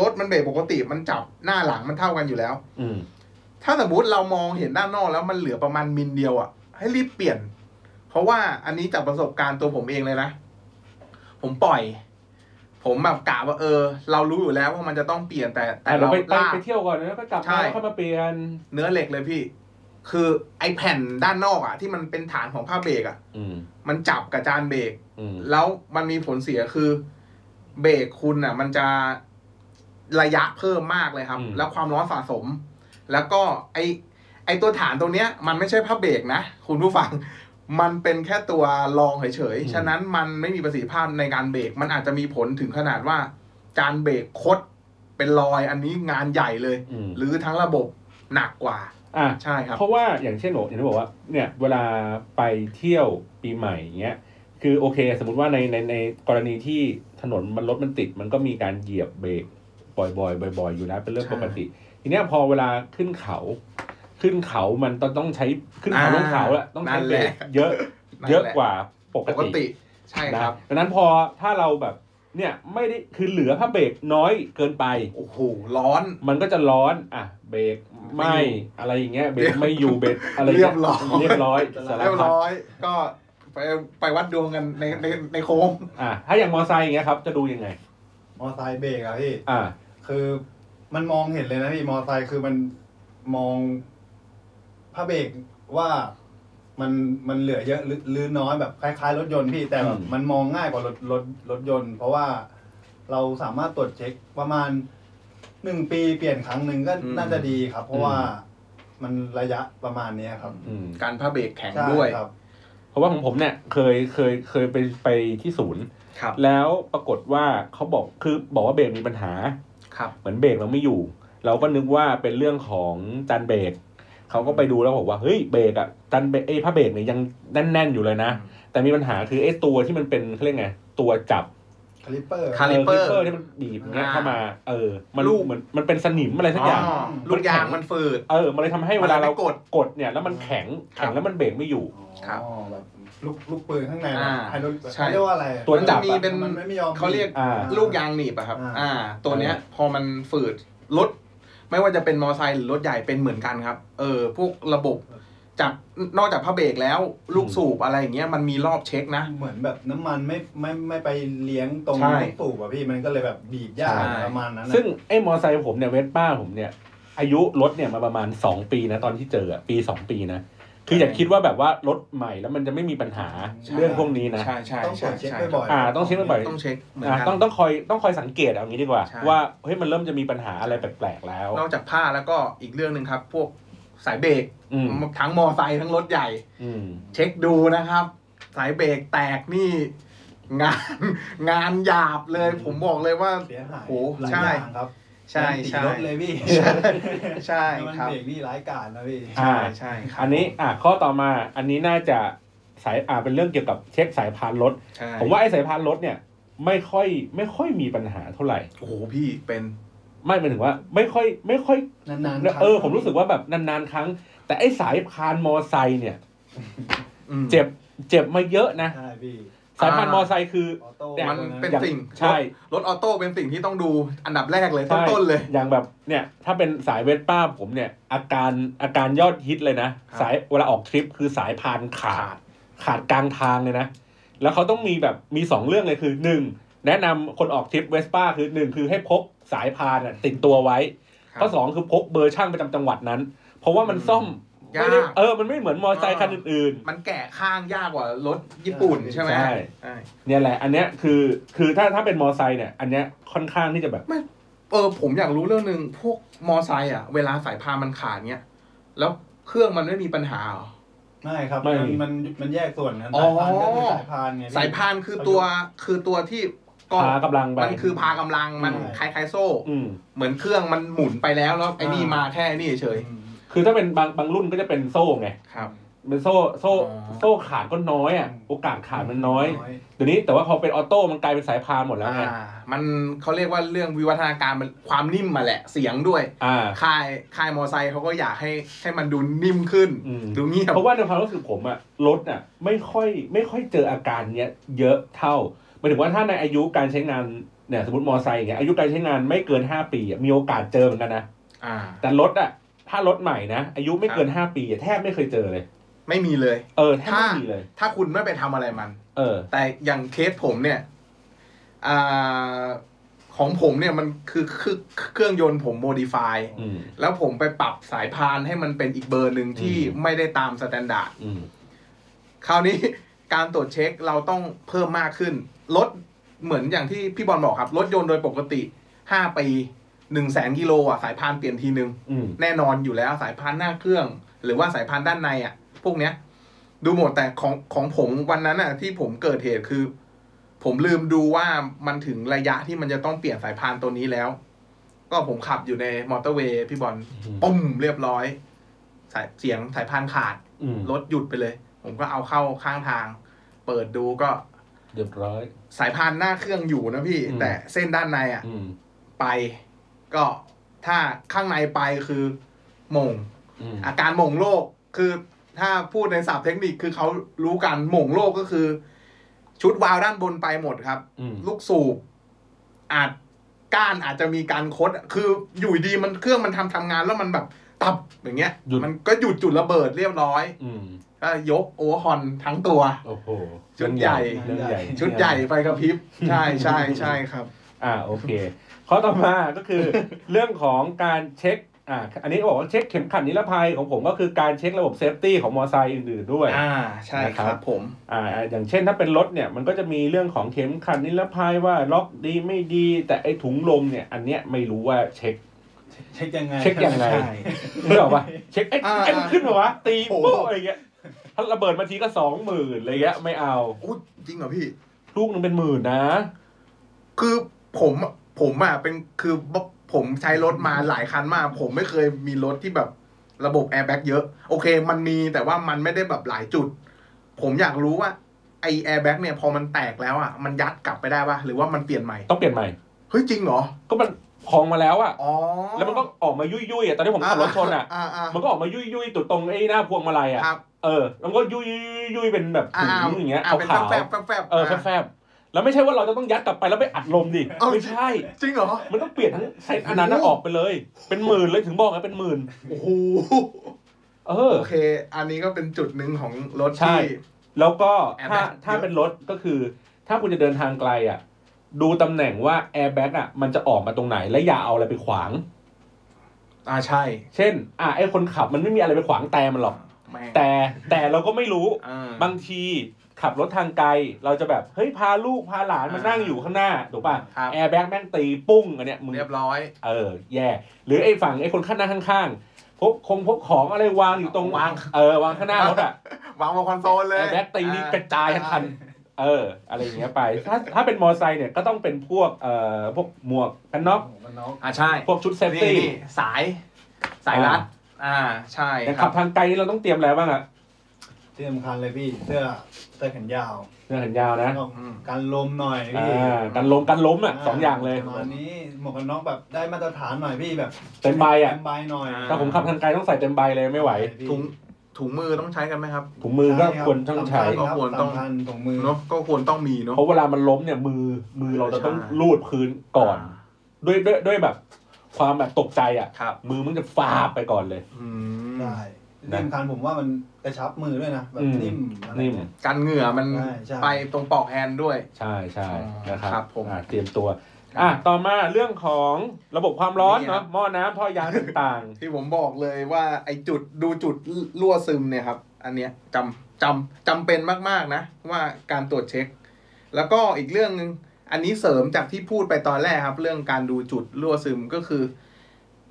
Speaker 2: รถมันเบรกปกติมันจับหน้าหลังมันเท่ากันอยู่แล้ว
Speaker 1: อืม
Speaker 2: ถ้าสมมติเรามองเห็นด้านนอกแล้วมันเหลือประมาณมิลเดียวอะ่ะ ให้รีบเปลี่ยน เพราะว่าอันนี้จากประสบการณ์ตัวผมเองเลยนะ ผมปล่อย ผมแบบกะว่าเออ เรารู้อยู่แล้วว่ามันจะต้องเปลี่ยนแต่แต่
Speaker 1: อ่ะเรา
Speaker 2: เรา
Speaker 1: ไปไป
Speaker 2: ลาก
Speaker 1: ไปเที่ยวก่อนแล้วก็กลับ
Speaker 2: ใช่
Speaker 1: มาแล้วค่อยมาเปลี่ยน
Speaker 2: เนื้อเหล็กเลยพี่ คือไอแผ่นด้านนอกอะ่ะ ที่มันเป็นฐานของผ้าเบรกอะ่ะ
Speaker 1: อืม
Speaker 2: มันจับกับจานเบรก
Speaker 1: อืม
Speaker 2: แล้วมันมีผลเสียคือ เบรกคุณอ่ะ มันจะ ระยะเพิ่มมากเลยครับ
Speaker 1: อืม
Speaker 2: แล้วความร้อนสะสม แล้วก็ไอไอตัวฐานตรงเนี้ย มันไม่ใช่ผ้าเบรกนะ คุณผู้ฟัง มันเป็นแค่ตัวรองเฉย
Speaker 1: อืม
Speaker 2: ๆ ฉะนั้นมันไม่มีประสิทธิภาพในการเบรก มันอาจจะมีผลถึงขนาดว่า การเบรกคดเป็นรอยอันนี้งานใหญ่เลย
Speaker 1: อืม
Speaker 2: หรือทั้งระบบหนักกว่า
Speaker 1: อ่ะ
Speaker 2: ใช่ครับ
Speaker 1: เพราะว่าอย่างเช่นโหนอย่างที่บอกว่าเนี่ยเวลาไปเที่ยวปีใหม่อย่างเงี้ยคือโอเค สมมติว่าในในในกรณีที่ถนนมันรถมันติด มันก็มีการเหยียบเบรกบ่อยๆบ่อยๆอยู่แล้วเป็นเรื่อง
Speaker 2: ใช่
Speaker 1: ปกติ ทีเนี้ยพอเวลาขึ้นเขา ขึ้นเขามันต้องต้องใช้ขึ้นเขา
Speaker 2: อ่า
Speaker 1: ลงเขาแหละต้องใช้
Speaker 2: นั่น
Speaker 1: เบ
Speaker 2: แห
Speaker 1: ร
Speaker 2: ละ
Speaker 1: กเยอะเยอะกว่าปก
Speaker 2: ปก
Speaker 1: ติ
Speaker 2: ติใช่ครับ
Speaker 1: นะดังนั้นพอถ้าเราแบบเนี่ยไม่ได้คือเหลือผ้าเบรกน้อยเกินไป
Speaker 2: โอ้โห ร้อน
Speaker 1: มันก็จะร้อนอ่ะเบรก
Speaker 2: ไม่
Speaker 1: ไม่
Speaker 2: อยู่
Speaker 1: อะไรอย่างเงี้ยเบรกไม่อยู่เบรกอะไรงี้
Speaker 2: เรียบร้อย
Speaker 1: เรียบร้อยสาร
Speaker 2: เรียบ
Speaker 1: พัด
Speaker 2: ร้อย ก็ไปไปวัดดวงกันในในในโค้ง
Speaker 1: อ่ะถ้าอย่างมอไซค์อย่างเงี้ยครับ จะดูยังไง
Speaker 3: มอไซค์เบรกอะพี่
Speaker 1: อ่ะ
Speaker 3: คือมันมองเห็นเลยนะพี่มอไซค์คือมันมองผ้าเบรกว่ามันมันเหลือเยอะหรือหรือน้อยแบบคล้ายๆ รถยนต์พี่แต่แบบ
Speaker 1: อืม
Speaker 3: มันมองง่ายกว่ารถรถรถยนต์ เพราะว่าเราสามารถตรวจเช็คประมาณหนึ่งปีเปลี่ยนครั้งหนึ่งก็
Speaker 2: อืม
Speaker 3: น่าจะดีครับ เพราะว่ามันระยะประมาณเนี้ยครับ
Speaker 1: อืม
Speaker 2: การผ้าเบรกแข็ง
Speaker 3: ใช่
Speaker 2: ด้วย
Speaker 3: ครับ
Speaker 1: เพราะว่าของผมเนี่ยเคยเคยเคยไปไปที่ศูนย์
Speaker 2: ครับ
Speaker 1: แล้วปรากฏว่าเขาบอกคือบอกว่าเบรกมีปัญหา
Speaker 2: ครับ
Speaker 1: เหมือนเบรกเราไม่อยู่ เราก็นึกว่าเป็นเรื่องของจานเบรกเขาก็ไปดูแล้วบอกว่าเฮ้ยเบรกอะจานเบรกไอ้ยผ้าเบรกเนี่ยยังแน่นๆอยู่เลยนะ แต่มีปัญหาคือไอ้ตัวที่มันเป็นเขาเรียกไงตัวจับ
Speaker 3: คาลิปเปอร์
Speaker 2: คาลิปเปอร์
Speaker 1: เออ clipper ที่มันบีบอย่างเงี้ย
Speaker 2: อ่า
Speaker 1: เข้ามา เออ มัน
Speaker 2: ลูก
Speaker 1: เหมือนมันเป็นสนิมอะไรสักอย่าง
Speaker 2: อ๋อลูกยางมันฝืด
Speaker 1: เออ มันเลยทำให้เวลาเรา
Speaker 2: นไม่กด
Speaker 1: กดเนี่ย แล้วมันแข็ง
Speaker 2: ครับ
Speaker 1: แข็งแล้วมันเบรกไม่อยู่
Speaker 2: ครับ
Speaker 3: อ๋อแบบลูกลูกปืนข้างใน
Speaker 2: อ่า
Speaker 3: ไฮโดร
Speaker 2: ใช่
Speaker 3: เขาเรียกว่าอะไร
Speaker 1: ตัวจับ
Speaker 2: มันจะมี
Speaker 1: อะ
Speaker 2: เป็น
Speaker 3: มันไม่ยอม
Speaker 2: เขาเรียก
Speaker 1: อ่า
Speaker 2: ลูกยางหนีบอะครับ
Speaker 3: อ่า
Speaker 2: อ่า ตัวเนี้ยพอมันฝืดรถ ไม่ว่าจะเป็นมอไซค์หรือรถใหญ่เป็นเหมือนกันครับ เออ พวกระบบจับนอกจากผ้าเบรกแล้ว ลูกสูบอะไรอย่างเงี้ยมันมีรอบเช็คนะ
Speaker 3: เหมือนแบบน้ำมันไม่ไม่ไม่ไปเลี้ยงตรง
Speaker 2: ใช่
Speaker 3: ลูกสูบอ่ะพี่มันก็เลยแบบบีบยาก
Speaker 2: ใช่
Speaker 3: ประมาณนั้นอะ
Speaker 1: ซึ่งไอ้มอไซค์ผมเนี่ยเวสป้าผมเนี่ย อายุรถเนี่ยมาประมาณ 2 ปีนะ ตอนที่เจออะปี 2 ปีนะ คืออย่าคิดว่าแบบว่ารถใหม่แล้วมันจะไม่มีปัญหา
Speaker 2: ใช่
Speaker 1: เรื่องพวกนี้นะ
Speaker 2: ใช่ใช่
Speaker 3: ต้องตร
Speaker 2: ใช่
Speaker 3: วจเช็ค
Speaker 2: ใช่
Speaker 3: บ่อยๆ
Speaker 1: อ่าต้องเช็คบ่อย
Speaker 2: ต้องเช็คเหมือน
Speaker 1: อ่ะ
Speaker 2: กัน
Speaker 1: ต้องต้องคอยต้องคอยสังเกตเอางี้ดีกว่า
Speaker 2: ใช่
Speaker 1: ว่าเฮ้ยมันเริ่มจะมีปัญหาอะไรแปลกๆแล้ว
Speaker 2: นอกจากผ้าแล้วก็อีกเรื่องหนึ่งครับ พวกสายเบรก
Speaker 1: อืม
Speaker 2: ทั้งมอไซค์ทั้งรถใหญ่
Speaker 1: อืม
Speaker 2: เช็คดูนะครับ สายเบรกแตกนี่ งาน งานหยาบเลย ผมบอกเลยว่า
Speaker 3: เสียหาย
Speaker 2: โอ้โห
Speaker 3: หลาย
Speaker 2: ใช่
Speaker 3: อย่างครับ
Speaker 2: ใช่
Speaker 3: ติด
Speaker 2: ใช่
Speaker 3: รถเลยพี่
Speaker 2: ใช่ใช่
Speaker 3: มัน
Speaker 2: ครับ
Speaker 3: เบรกนี่ร้ายกาจนะพี่
Speaker 1: อ่า
Speaker 2: ใช่ใช่ครับ
Speaker 1: อันนี้อ่ะข้อต่อมาอันนี้น่าจะสายอ่าเป็นเรื่องเกี่ยวกับเช็คสายพานรถ
Speaker 2: ใช่
Speaker 1: ผมว่าไอ้สายพานรถเนี่ยไม่ค่อยไม่ค่อยมีปัญหาเท่าไหร่
Speaker 2: โอ้โหพี่เป็น
Speaker 1: ไม่หมายถึงว่าไม่ค่อยไม่ค่อย
Speaker 3: นานๆ
Speaker 1: เออผมรู้สึกว่าแบบนานๆครั้ง แต่ไอ้สายพานมอไซค์เนี่ย
Speaker 2: อืม
Speaker 1: เจ็บเจ็บมาเยอะนะ
Speaker 3: ใช่พี่
Speaker 1: สายพาน
Speaker 2: อ่าม
Speaker 1: มอไซค์คือ
Speaker 3: ออโต้
Speaker 1: เนี่ย
Speaker 2: มันเป็น
Speaker 1: อย่าง
Speaker 2: สิ่ง
Speaker 1: ใช่
Speaker 2: รถรถออโต้เป็นสิ่งที่ต้องดูอันดับแรกเลย
Speaker 1: ใช่
Speaker 2: ต้นๆเลย
Speaker 1: อย่างแบบเนี่ยถ้าเป็นสายเวสป้าผมเนี่ย อาการอาการยอดฮิตเลยนะ
Speaker 2: ครับ
Speaker 1: สายเวลาออกทริปคือสายพานขาด ขาดกลางทางเลยนะ แล้วเขาต้องมีแบบมีสองเรื่องเลยคือหนึ่งแนะนำคนออกทริปเวสป้าคือหนึ่งคือให้พกสายพานอะติดตัวไว้
Speaker 2: ครับ
Speaker 1: ข้อสองคือพกเบอร์ช่างประจำจังหวัดนั้น เพราะว่ามันซ่อม
Speaker 2: ยาก
Speaker 1: ไม่ได้เออมันไม่เหมือนมอเตอร์ไซค์คันอื่น
Speaker 2: มันแกะข้างยากกว่ารถญี่ปุ่นใช่ไหม
Speaker 1: ใช่
Speaker 2: ใช่
Speaker 1: ๆ เนี่ยแหละอันเนี้ยคือคือถ้าถ้าเป็นมอเตอร์ไซค์เนี่ยอันเนี้ยค่อนข้างที่จะแบบ
Speaker 2: เออผมอยากรู้เรื่องหนึ่งพวกมอไซค์อ่ะ เวลาสายพานมันขาดเนี้ยแล้วเครื่องมันไม่มีปัญหาเหรอ
Speaker 3: ไม่ครับ
Speaker 1: ไม่
Speaker 3: มันมันมันแยกส่วนนะ
Speaker 2: อ๋อ
Speaker 3: สายพานก็คือสายพานไงพี่
Speaker 2: สายพานคือตัวคือตัวที่ก็
Speaker 1: พากำลังไป
Speaker 2: มันคือพากำลังมัน
Speaker 3: ใช่
Speaker 2: คล้ายๆโซ่
Speaker 1: อืม
Speaker 2: เหมือนเครื่องมันหมุนไปแล้วแล้วไอ้นี่
Speaker 3: อ่าม
Speaker 2: มาแค่ไอ้นี่เฉย
Speaker 3: อืม
Speaker 1: คือถ้าเป็นบางบางรุ่นก็จะเป็นโซ่ไง
Speaker 2: ๆครับ
Speaker 1: เป็นโซ่โซ่
Speaker 2: อ๋อ
Speaker 1: โซ่ขาดก็น้อยอ่ะ
Speaker 3: อืม
Speaker 1: โอกาสขาดมันน้อยเดี๋ยวนี้แต่ว่าพอเป็นออโต้มันกลายเป็นสายพานหมดแล้วไง
Speaker 2: อ่ามันเขาเรียกว่าเรื่องวิวัฒนาการมันความนิ่มมาแหละเสียงด้วย
Speaker 1: อ่า
Speaker 2: ค่ายค่ายมอไซค์เขาก็อยากให้ให้มันดูนิ่มขึ้น
Speaker 1: อืม
Speaker 2: ดูเงียบ
Speaker 1: เพราะว่าในความรู้สึกผมอะรถอะไม่ค่อยไม่ค่อยเจออาการเนี้ยเยอะเท่าหมายถึงว่าถ้าในอายุการใช้งานเนี่ยสมมติมอไซค์อย่างเงี้ยอายุการใช้งานไม่เกิน 5 ปีอะมีโอกาสเจอเหมือนกันนะ
Speaker 2: อ่า
Speaker 1: แต่รถอะถ้ารถใหม่นะอายุไม่เกิน 5 ปีอะแทบไม่เคยเจอเลย
Speaker 2: ไม่มีเลย
Speaker 1: เออแทบไม่มีเลย
Speaker 2: ถ้าคุณไม่ไปทำอะไรมัน
Speaker 1: เออ
Speaker 2: แต่อย่างเคสผมเนี่ยอ่าของผมเนี่ยมันคือคือเครื่องยนต์ผมโมดิฟาย
Speaker 1: อืม
Speaker 2: แล้วผมไปปรับสายพานให้มันเป็นอีกเบอร์หนึ่งที่
Speaker 1: อืม
Speaker 2: ไม่ได้ตามสแตนดาร์ด
Speaker 1: อืม
Speaker 2: คราวนี้ การตรวจเช็คเราต้องเพิ่มมากขึ้น รถเหมือนอย่างที่พี่บอลบอกครับ รถยนต์โดยปกติ 5 ปี หนึ่งแสนกิโลอ่ะสายพานเปลี่ยนทีนึง
Speaker 1: อืม
Speaker 2: แน่นอนอยู่แล้วสายพานหน้าเครื่อง หรือว่าสายพานด้านในอ่ะ พวกเนี้ย ดูหมดแต่ของของผมวันนั้นอ่ะ ที่ผมเกิดเหตุคือ ผมลืมดูว่ามันถึงระยะที่มันจะต้องเปลี่ยนสายพานตัวนี้แล้ว ก็ผมขับอยู่ในมอเตอร์เวย์พี่บอล
Speaker 1: อืม
Speaker 2: ปุ่มเรียบร้อย สายเสียงสายพานขาด
Speaker 1: อืม
Speaker 2: รถหยุดไปเลย ผมก็เอาเข้าข้างทาง เปิดดูก็
Speaker 1: เรียบร้อย
Speaker 2: สายพานหน้าเครื่องอยู่นะพี่
Speaker 1: อืม
Speaker 2: แต่เส้นด้านในอ่ะ
Speaker 1: อืม
Speaker 2: ไป ก็ถ้าข้างในไปคือหมง
Speaker 1: อืม
Speaker 2: อาการหม่งโลกคือถ้าพูดในศัพท์เทคนิคคือเขารู้กันหม่งโลกก็คือ ชุดวาล์วด้านบนไปหมดครับ
Speaker 1: อืม
Speaker 2: ลูกสูบอาจก้านอาจจะมีการคดคืออยู่ดีมันเครื่องมันทำทำงานแล้วมันแบบตับอย่างเงี้ย มันก็หยุดจุดระเบิดเรียบร้อย
Speaker 1: อืม
Speaker 2: ก็ยกโอเวอร์ฮอนทั้งตัว
Speaker 1: โอ้โห
Speaker 2: ชุดใหญ่
Speaker 1: เรื่องใหญ่
Speaker 2: ชุดใหญ่ไฟกระพริบ ใช่ใช่ใช่ครับ
Speaker 1: อ่าโอเคข้อต่อมาก็คือ เรื่องของการเช็คอ่าอันนี้บอกว่าเช็คเข็มขัดนิรภัยของผมก็คือการเช็คระบบเซฟตี้ของมอไซค์อื่นๆด้วย
Speaker 2: อ่าใช่ค
Speaker 1: นะครั
Speaker 2: รับ บผม
Speaker 1: อ่าอย่างเช่นถ้าเป็นรถเนี่ยมันก็จะมีเรื่องของเข็มขัดนิรภัยว่าล็อกดีไม่ดี แต่ไอ้ถุงลมเนี่ยอันเนี้ยไม่รู้ว่าเช็ค
Speaker 3: เช็คยังไง
Speaker 1: เช็คยังไง ไม่ออกว่าเช็คไอ้
Speaker 2: อ่า
Speaker 1: ไอ้มันขึ้นมาวะตี
Speaker 2: โอ้โห
Speaker 1: ปุ๊บอะไรเงี้ยถ้าระเบิดมาทีก็สองหมื่นอะไรเงี้ยไม่เอา
Speaker 2: อุ๊ยจริงเหรอพี่
Speaker 1: ลูกหนึงเป็นหมื่นนะ
Speaker 2: คือผมผมอ่ะเป็นคือผมใช้รถมาหลายคันมาก ผมไม่เคยมีรถที่แบบระบบแอร์แบ็กเยอะ โอเค มันมีแต่ว่ามันไม่ได้แบบหลายจุด ผมอยากรู้ว่าไอแอร์แบ็กเนี่ยพอมันแตกแล้วอ่ะมันยัดกลับไปได้ปะหรือว่ามันเปลี่ยนใหม่
Speaker 1: ต้องเปลี่ยนใหม่
Speaker 2: เฮ้ยจริงเหรอ
Speaker 1: ก็มันพองมาแล้วอะ
Speaker 2: อ๋อ
Speaker 1: แล้วมันก็ออกมายุ่ยๆอะตอนที่ผมขับรถชนอะ
Speaker 2: อ่าอ่า
Speaker 1: มันก็ออกมายุ่ยๆตุดตรงไอ้หน้าพวงมาลัยอะ
Speaker 2: ครับ
Speaker 1: เออแล้วมันก็ยุยยุยยุยเป็นแบบ
Speaker 2: อ่า
Speaker 1: ถุงอย่างเงี้ย
Speaker 2: อ่า
Speaker 1: ขาว
Speaker 2: เป็น
Speaker 1: ขาว
Speaker 2: แฟบแฟบแฟบ
Speaker 1: เออ
Speaker 2: อ่า
Speaker 1: แฟบๆแล้วไม่ใช่ว่าเราจะต้องยัดกลับไปแล้วไปอัดลมดิ
Speaker 2: เอา
Speaker 1: ไม่ใช่
Speaker 2: จริงเหรอ
Speaker 1: มันต้องเปลี่ยนทั้งเซตอันนั้นน่ะ
Speaker 2: โอ้โห
Speaker 1: ออกไปเลย เป็นหมื่นเลยถึงบอกไงเป็นหมื่น
Speaker 2: โอ้โห
Speaker 1: เออ
Speaker 2: โอเค อันนี้ก็เป็นจุดหนึ่งของรถ
Speaker 1: ใช่
Speaker 2: ที่
Speaker 1: แล้วก็ถ้า
Speaker 2: Airbag
Speaker 1: ถ้าเป็นรถก็คือ ถ้าคุณจะเดินทางไกลอ่ะ ดูตำแหน่งว่าแอร์แบ็กอ่ะมันจะออกมาตรงไหนและอย่าเอาอะไรไปขวาง
Speaker 2: อ่าใช่
Speaker 1: เช่น อ่ะไอ้คนขับมันไม่มีอะไรไปขวางแต่มันหรอก
Speaker 2: แม่ง
Speaker 1: แต่แต่เราก็ไม่รู้
Speaker 2: อ่
Speaker 1: บางทีขับรถทางไกล เราจะแบบเฮ้ยพาลูกพาหลานมานั่งอยู่ข้างหน้าถูกป่ะ
Speaker 2: ครับ
Speaker 1: แอร์แบ็กแม่งตีปุ้งอันเนี้ยมึง
Speaker 2: เรียบร้อย
Speaker 1: เออแย่ หรือไอ้ฝั่งไอ้คนข้างหน้าข้างๆพบคงพบของอะไรวางอยู่ตรง
Speaker 2: วาง
Speaker 1: เออวางข้างหน้ารถอ่ะ
Speaker 2: วางบนคอนโซล เลย
Speaker 1: แอร์แบ็กตีนี่
Speaker 2: อ่
Speaker 1: กระจายทั้งคันเออ อะไรอย่างเงี้ยไป ถ้าถ้าเป็นมอไซค์เนี่ยก็ต้องเป็นพวกเอ่อพวกหมวกกันน็อก
Speaker 3: ผมกันน็อก
Speaker 2: อ่าใช่
Speaker 1: พวกชุดเซฟ
Speaker 2: นี่
Speaker 1: ตี้
Speaker 2: นี่สายสายรัด อ่าใช่
Speaker 1: แต่
Speaker 2: ค
Speaker 1: ขั
Speaker 2: รั
Speaker 1: บบ ทางไกลนี่เราต้องเตรียมอะไรบ้างอ่ะ
Speaker 3: ที่สำคัญเลยพี่เสื้อเสื้อแขนยาว
Speaker 1: เรื่องแขนยาวนะ
Speaker 3: แล้วก็กันลมหน่อย
Speaker 1: อ่
Speaker 3: พี่
Speaker 1: ากันล้มกันล้มอ่ะสองอย่างเลย
Speaker 3: ตอนนี้หมวกกันน็อกแบบได้มาตรฐานหน่อยพี่แบบ
Speaker 1: เต็มใบอ่ะ
Speaker 3: เต็มใบหน่อย
Speaker 1: ถ้าผมขับทางไกลต้องใส่เต็มใบเลยไม่ไหว
Speaker 3: พี่
Speaker 2: ถุงถุงมือต้องใช้กันไหมครับ
Speaker 1: ถุงมือก็
Speaker 3: ใช่รับ
Speaker 1: ควรต้องใช้
Speaker 3: สำคัญครับ
Speaker 2: ควรต้อง
Speaker 3: สำคัญถุงมือ
Speaker 2: เนาะก็ควรต้องมีเนาะ
Speaker 1: เพราะเวลามันล้มเนี่ยมือมือเราจะต้อง
Speaker 2: ใช่
Speaker 1: ลูดพื้นก่อน ด้วยด้วยด้วยแบบ ความแบบตกใจอ่ะ
Speaker 2: ครับ
Speaker 1: มือมันจะฟาบไปก่อนเลย
Speaker 2: อืม
Speaker 3: ได้ที่สำคัญผมว่ามันกระชับมือด้วยนะแบบ
Speaker 1: อืม
Speaker 3: นิ่มอะไร
Speaker 1: นิ่ม
Speaker 3: เย
Speaker 2: กันเหงื่อมัน
Speaker 3: ใช่ใช่
Speaker 2: ไปตรงปอกแฮนด์ด้วย
Speaker 1: ใช่ใช่
Speaker 2: อ๋อ
Speaker 1: นะครับ
Speaker 2: ครับผม
Speaker 1: อ่ะเตรียมตัว อ่ะต่อมาเรื่องของระบบความร้อน
Speaker 2: นี่ครับ
Speaker 1: เนาะหม้อน้ำท่อยางต่าง
Speaker 2: ที่ผมบอกเลยว่าไอจุดดูจุดรั่วซึมเนี่ยครับ อันเนี้ยจำจำจำเป็นมากๆนะ ว่าการตรวจเช็ค แล้วก็อีกเรื่องหนึงอันนี้เสริมจากที่พูดไปตอนแรกครับ เรื่องการดูจุดรั่วซึมก็คือ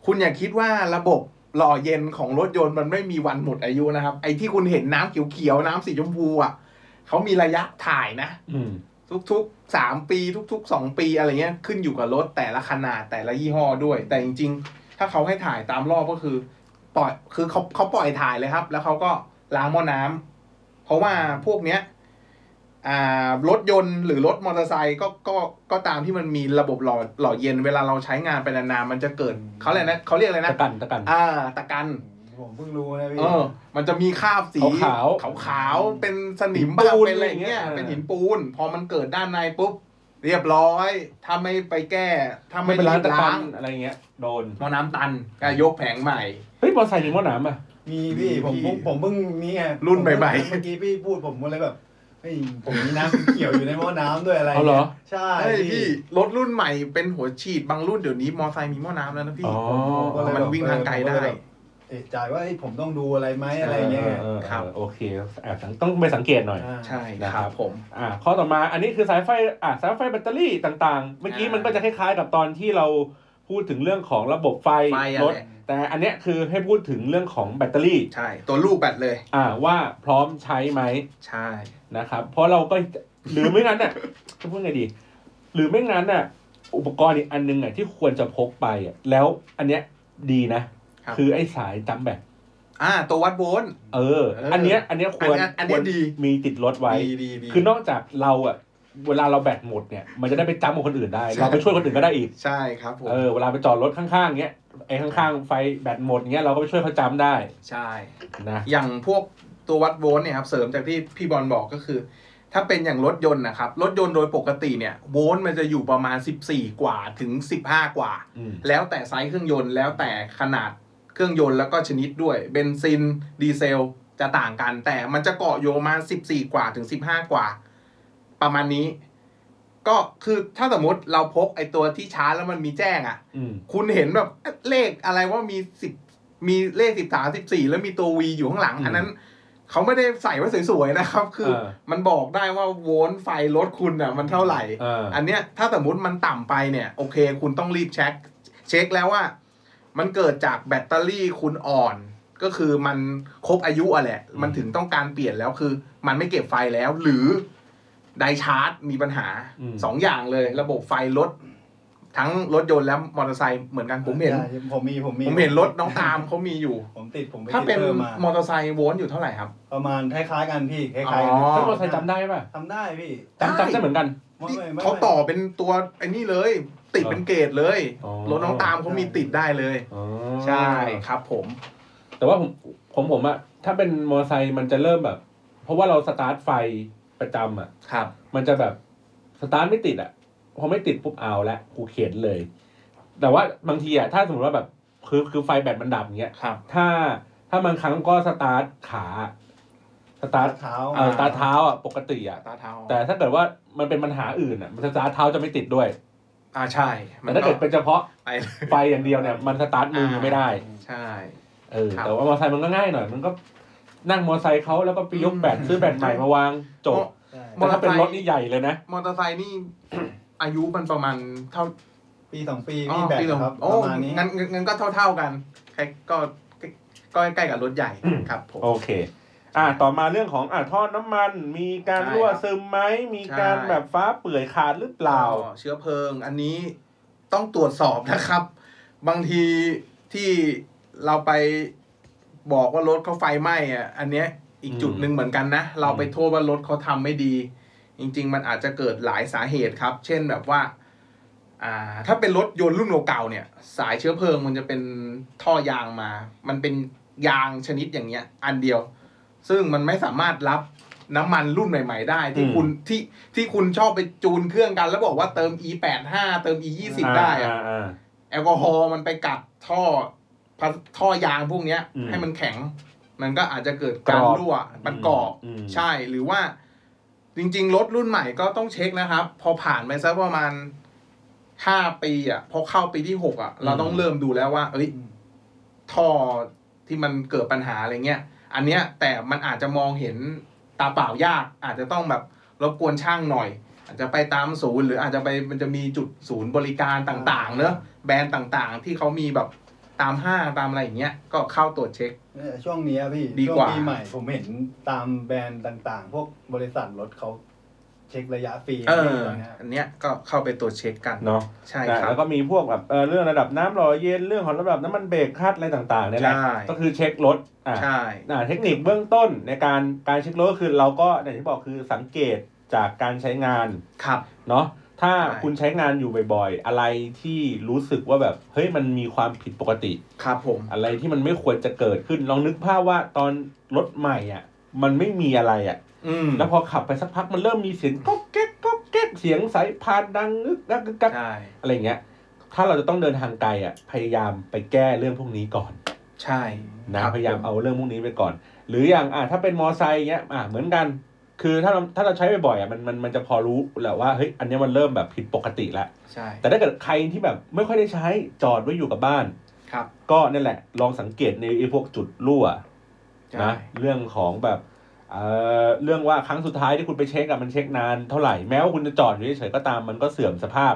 Speaker 2: คุณอย่าคิดว่าระบบหล่อเย็นของรถยนต์มันไม่มีวันหมดอายุนะครับ ไอที่คุณเห็นน้ำเขียวๆน้ำสีชมพูอ่ะเขามีระยะถ่ายนะ
Speaker 1: ๆ อืม
Speaker 2: ทุกๆสามปีทุกๆสองปีอะไรเงี้ยขึ้นอยู่กับรถแต่ละขนาดแต่ละยี่ห้อด้วย แต่จริงๆ ถ้าเขาให้ถ่ายตามรอบก็คือ ปล่อยคือเขาเขาปล่อยถ่ายเลยครับ แล้วเขาก็ล้างหม้อน้ำเพราะว่าพวกเนี้ยอ่ารถยนต์หรือรถมอเตอร์ไซค์ก็ก็ก็ตามที่มันมีระบบหล่อหล่อเย็นเวลาเราใช้งานไปนานๆมันจะเกิด
Speaker 3: อืม
Speaker 2: เขาเรียกนะเขาเรียกอะไร
Speaker 1: ตะ
Speaker 2: นะ
Speaker 1: กันตะกัน
Speaker 2: อ่าตะกัน
Speaker 3: ผมเพิ่งรู้นะพี่
Speaker 2: เออ มันจะมีคราบสี
Speaker 1: ขาว
Speaker 2: ขาวๆเป็นสนิม
Speaker 1: หินปูน
Speaker 2: บ้างเป็นอะไรอย่างเงี้ย
Speaker 1: อะไรอย่างเงี้ย
Speaker 2: เป็นหินปูน พอมันเกิดด้านในปุ๊บ เรียบร้อย ถ้าไม่ไปแก้ ถ้า
Speaker 1: ไม่
Speaker 2: ไม่
Speaker 1: เป็นร้าน
Speaker 2: รีบ
Speaker 1: ตะกันอะไรเงี้ยโดน
Speaker 2: หม้อน้ำตันก็ยกแผงใหม่
Speaker 1: เฮ้ยมอไซค์มีหม้อน้ำอ่ะ
Speaker 3: มีพี่ผมผมผมเพิ่งมีไง
Speaker 2: รุ่นใหม่ๆ
Speaker 3: เมื่อกี้พี่พูดผมก็เลยแบบเฮ้ยผมมีน้ำเขียวอยู่ในหม้อน้ำด้วยอะไร
Speaker 1: เอาเหรอ
Speaker 3: ใช่
Speaker 2: เฮ้ยพี่รถรุ่นใหม่เป็นหัวฉีดบางรุ่นเดี๋ยวนี้มอไซค์มีหม้อน้ำแล้วนะพี่
Speaker 1: อ๋อ
Speaker 3: ผมก็เลย
Speaker 2: มั
Speaker 3: แบบ
Speaker 2: นวิ่งทางไกลได้
Speaker 3: ผมเลยแบบเอะใจว่าเฮ้ยผมต้องดูอะไรไหมอะไรเงี้ย
Speaker 1: ออ
Speaker 2: ครับ
Speaker 1: เออโอเคอ่ะต้องไปสังเกตหน่อย
Speaker 3: อ่า
Speaker 2: ใช่
Speaker 1: นะ
Speaker 2: ค
Speaker 1: ครั
Speaker 2: รับ บผม
Speaker 1: อ่าข้อต่อมาอันนี้คือสายไฟอ่าสายไฟแบตเตอรี่ต่างๆ เมื่อกี้
Speaker 2: อ่ามั
Speaker 1: มันก็จะคล้ายๆกับตอนที่เรา พูดถึงเรื่องของระบบไฟ
Speaker 2: ไฟอะ
Speaker 1: รถ
Speaker 2: แหละ
Speaker 1: แต่อันเนี้ยคือให้พูดถึงเรื่องของแบตเตอรี่
Speaker 2: ใช่ตัวลูกแบตเลย
Speaker 1: อ่าว่าพร้อมใช้ไหม
Speaker 2: ใช่
Speaker 1: นะครับ เพราะเราก็หรือไม่งั้นน่ะ จะพูดไงดี หรือไม่งั้นน่ะ อุปกรณ์อีกอันนึงอ่ะที่ควรจะพกไปอ่ะแล้วอันเนี้ยดีนะ
Speaker 2: ครับ
Speaker 1: คือไอ้สายจำแบต
Speaker 2: อ่าตัววัดโวลต์
Speaker 1: เออ
Speaker 2: เอออั
Speaker 1: อันเนี้ยอันเนี้ยควร
Speaker 2: อันเนี้ยอันเนี้ย
Speaker 1: ควร
Speaker 2: ดี
Speaker 1: มีติดรถไว้
Speaker 2: ดีดีดี
Speaker 1: คือนอกจากเราอ่ะเวลาเราแบตหมดเนี่ย มันจะได้ไปจำกับคนอื่นได้
Speaker 2: ใช่
Speaker 1: เราไปช่วยคนอื่นก็ได้อีก
Speaker 2: ใช่ครับผม
Speaker 1: เออเวลาไปจอดรถข้างๆเงี้ยไอ้ข้างๆไฟแบตหมดเงี้ยเราก็ไปช่วยเขาจำได้
Speaker 2: ใช่
Speaker 1: นะ
Speaker 2: อย่างพวกตัววัดโวลต์เนี่ยครับเสริมจากที่พี่บอลบอกก็คือ ถ้าเป็นอย่างรถยนต์นะครับ รถยนต์โดยปกติเนี่ยโวลต์มันจะอยู่ประมาณ 14 กว่าถึง 15 กว่า
Speaker 1: อืม
Speaker 2: แล้วแต่ไซส์เครื่องยนต์แล้วแต่ขนาดเครื่องยนต์แล้วก็ชนิดด้วยเบนซินดีเซลจะต่างกัน แต่มันจะเกาะโยประมาณ14 กว่าถึง 15 กว่า ประมาณนี้ ก็คือถ้าสมมติเราพกไอตัวที่ชาร์จแล้วมันมีแจ้งอะ
Speaker 1: อืม
Speaker 2: คุณเห็นแบบเลขอะไรว่ามีสิบมีเลขสิบสามสิบสี่แล้วมีตัววีอยู่ข้างหลัง อันนั้น เขาไม่ได้ใส่ไว้สวยๆนะครับ คือ มันบอกได้ว่าโวลต์ไฟรถคุณอ่ะมันเท่าไหร่
Speaker 1: เออ
Speaker 2: อันเนี้ยถ้าสมมติมันต่ำไปเนี่ย โอเค คุณต้องรีบเช็ค เช็คแล้วว่า มันเกิดจากแบตเตอรี่คุณอ่อน ก็คือมันครบอายุอะแหละ มันถึงต้องการเปลี่ยนแล้วคือ มันไม่เก็บไฟแล้ว หรือไดชาร์จมีปัญหาสองอย่างเลย ระบบไฟรถ ทั้งรถยนต์และมอเตอร์ไซค์เหมือนกันผมเห็น
Speaker 3: ใช่ผมมีผมมี
Speaker 2: ผมเห็นรถน้อง ตามเขามีอยู่
Speaker 3: ผมติดผมไ
Speaker 2: ถ้าเป็น
Speaker 3: ติดพิ่มมาม
Speaker 2: อเตอร์ไซค์โวลต์อยู่เท่าไหร่ครับ
Speaker 3: ประมาณคล้ายๆกันพี่คล้ายๆกั
Speaker 2: อ๋อ
Speaker 1: แล้วมอเตอร์ไซค์จำได้ป่ะ
Speaker 3: ทำได้พี่
Speaker 1: จำจำได้เหมือนกัน
Speaker 3: ไม่ไม่ไม่
Speaker 2: เขาต่อเป็นตัวไอ้นี่เลย ติดเป็นเกรดเลย
Speaker 1: อ๋อ
Speaker 2: รถน้องตามเขามีติดได้เลย
Speaker 1: อ๋อ
Speaker 2: ใช่ครับผม
Speaker 1: แต่ว่าผมผมผมอะถ้าเป็นมอเตอร์ไซค์มันจะเริ่มแบบ เพราะว่าเราสตาร์ทไฟประจำอะ
Speaker 2: ครับ
Speaker 1: มันจะแบบสตาร์ทไม่ติดอะพอไม่ติดปุ๊บเอาละกูเข็นเลย แต่ว่าบางทีอะถ้าสมมติว่าแบบคือคือไฟแบตมันดับอย่างเงี้ย
Speaker 2: ครับ
Speaker 1: ถ้าถ้าบางครั้งก็สตาร์ทขาสตาร์ท
Speaker 3: เท้า
Speaker 1: เอ่อสตาร์ทเท้าอะปกติอะ
Speaker 2: ตาเท้า
Speaker 1: แต่ถ้าเกิดว่ามันเป็นปัญหาอื่นอะมันสตาร์ทเท้าจะไม่ติดด้วย
Speaker 2: อ่าใช่
Speaker 1: แต่ถ้าเกิดเป็นเฉพาะ
Speaker 2: ไป
Speaker 1: ไฟอย่างเดียวเนี่ยมันสตาร์ทมือไม่ได้
Speaker 2: ใช่
Speaker 1: เออ
Speaker 2: ครับ
Speaker 1: แต่ว่ามอเตอร์ไซค์มันก็ง่ายหน่อย มันก็นั่งมอเตอร์ไซค์เขาแล้วก็ไปยกแบตซื้อแบตใหม่มาวางจบ
Speaker 3: ใช่
Speaker 1: แต่ถ้าเป็นรถนี่ใหญ่เลยนะ
Speaker 2: มอเตอร์ไซค์นี่ อายุมันประมาณเท่า
Speaker 3: ปีสองปี
Speaker 2: อ๋อ
Speaker 3: พี่แบก
Speaker 2: ปีสอง
Speaker 3: ครับ
Speaker 2: โอ้
Speaker 3: ประมาณนี้
Speaker 2: งั้นงั้นงั้นก็เท่าเท่าๆกันใครก็ก็ใกล้ๆกับรถใหญ่ครับผม
Speaker 1: โอเค อ่ะต่อมาเรื่องของอ่ะท่อน้ำมัน มีการ
Speaker 2: ใช่
Speaker 1: รั่วซึมไหมมีการ
Speaker 2: ใช่
Speaker 1: แบบฟ้าเปื่อยขาดหรือเปล่า
Speaker 2: ก็เชื้อเพลิงอันนี้ต้องตรวจสอบนะครับ บางทีที่เราไปบอกว่ารถเขาไฟไหม้อ่ะอันเนี้ยอีกจุดหนึ่งเหมือนกันนะ เราไปโทษว่ารถเขาทำไม่ดี จริง ๆ มันอาจจะเกิดหลายสาเหตุครับ เช่นแบบว่าอ่า ถ้าเป็นรถยนต์รุ่นเก่าๆเนี่ย สายเชื้อเพลิงมันจะเป็นท่อยางมา มันเป็นยางชนิดอย่างเงี้ย อันเดียว ซึ่งมันไม่สามารถรับน้ำมันรุ่นใหม่ ๆ ได้ ที่
Speaker 1: อืม
Speaker 2: คุณที่ที่คุณชอบไปจูนเครื่องกัน แล้วบอกว่าเติม e 8 5เติม e 2 0ได้อะ
Speaker 1: อ่าอ่า
Speaker 2: แอลกอฮอล์มันไปกัดท่อพลาสท่อยางพวกเนี้ย
Speaker 1: อืม
Speaker 2: ให้มันแข็ง มันก็อาจจะเกิดการ
Speaker 1: กรอบ
Speaker 2: รั่วมันกรอบ
Speaker 1: อืม
Speaker 2: ใช่หรือว่าจริง ๆ รถรุ่นใหม่ก็ต้องเช็คนะครับ พอผ่านไปสักประมาณห้าปีอ่ะพอเข้าปีที่หกอ่ะ เราต้องเริ่มดูแล้วว่า เอ้ย ท่อที่มันเกิดปัญหาอะไรเงี้ย อันเนี้ยแต่มันอาจจะมองเห็นตาเปล่ายาก อาจจะต้องแบบรบกวนช่างหน่อย อาจจะไปตามศูนย์ หรืออาจจะไปมันจะมีจุดศูนย์บริการต่างๆ เนอะแบรนด์ต่างๆ ที่เขามีแบบตามห้างตามอะไรอย่างเงี้ยก็เข้าตรวจเช็ค
Speaker 3: เนี่ยช่วงเนี้ยพี่
Speaker 2: ดี
Speaker 3: ช่ว
Speaker 2: ก
Speaker 3: ง
Speaker 2: ว่า
Speaker 3: ปีใหม่ผมเห็นตามแบรนด์ต่างๆ พวกบริษัทรถเขาเช็คระยะฟรี
Speaker 2: เออ
Speaker 3: ตอนเนี้ย
Speaker 2: อันเนี้ยก็เข้าไปตรวจเช็คกัน
Speaker 1: เนาะ
Speaker 2: ใช่
Speaker 1: นะครับ แล้วก็มีพวกแบบเอ่อเรื่องระดับน้ำหล่อเย็นเรื่องของระดับน้ำมันเบรกคาดอะไรต่างๆเนี่ยแหละ
Speaker 2: ใช่
Speaker 1: ก็คือเช็ครถอ่า
Speaker 2: ใช่
Speaker 1: อ่าเทคนิคเบื้องต้นในการการเช็ครถก็คือเราก็อย่างที่บอกคือสังเกตจากการใช้งาน
Speaker 2: ครับ
Speaker 1: เนาะถ้า
Speaker 2: ใช่
Speaker 1: คุณใช้งานอยู่บ่อย ๆ อะไรที่รู้สึกว่าแบบเฮ้ยมันมีความผิดปกติ
Speaker 2: ครับผม
Speaker 1: อะไรที่มันไม่ควรจะเกิดขึ้นลองนึกภาพว่าตอนรถใหม่อ่ะมันไม่มีอะไรอ่ะ
Speaker 2: อืม
Speaker 1: แล้วพอขับไปสักพักมันเริ่มมีเสียงก๊อกแก๊กก๊อกแก๊กเสียงสายพานดังนึกนักกึกกัก
Speaker 2: ใช่
Speaker 1: อะไรอย่างเงี้ยถ้าเราจะต้องเดินทางไกลอ่ะพยายามไปแก้เรื่องพวกนี้ก่อน
Speaker 2: ใช่
Speaker 1: นะครับ พยายามเอาเรื่องพวกนี้ไปก่อน หรืออย่างอ่ะถ้าเป็นมอไซค์เงี้ยอ่ะเหมือนกัน คือถ้าเราถ้าเราใช้บ่อยๆอ่ะมันมันมันจะพอรู้แหละว่าเฮ้ยอันเนี้ยมันเริ่มแบบผิดปกติแล้ว
Speaker 2: ใช่
Speaker 1: แต่ถ้าเกิดใครที่แบบไม่ค่อยได้ใช้จอดไว้อยู่กับบ้าน
Speaker 2: ครับ
Speaker 1: ก็นั่นแหละ ลองสังเกตในไอ้พวกจุดรั่ว
Speaker 2: ใช่
Speaker 1: นะเรื่องของแบบเอ่อเรื่องว่าครั้งสุดท้ายที่คุณไปเช็คอะมันเช็คนานเท่าไหร่แม้ว่าคุณจะจอดอยู่เฉยๆก็ตามมันก็เสื่อมสภาพ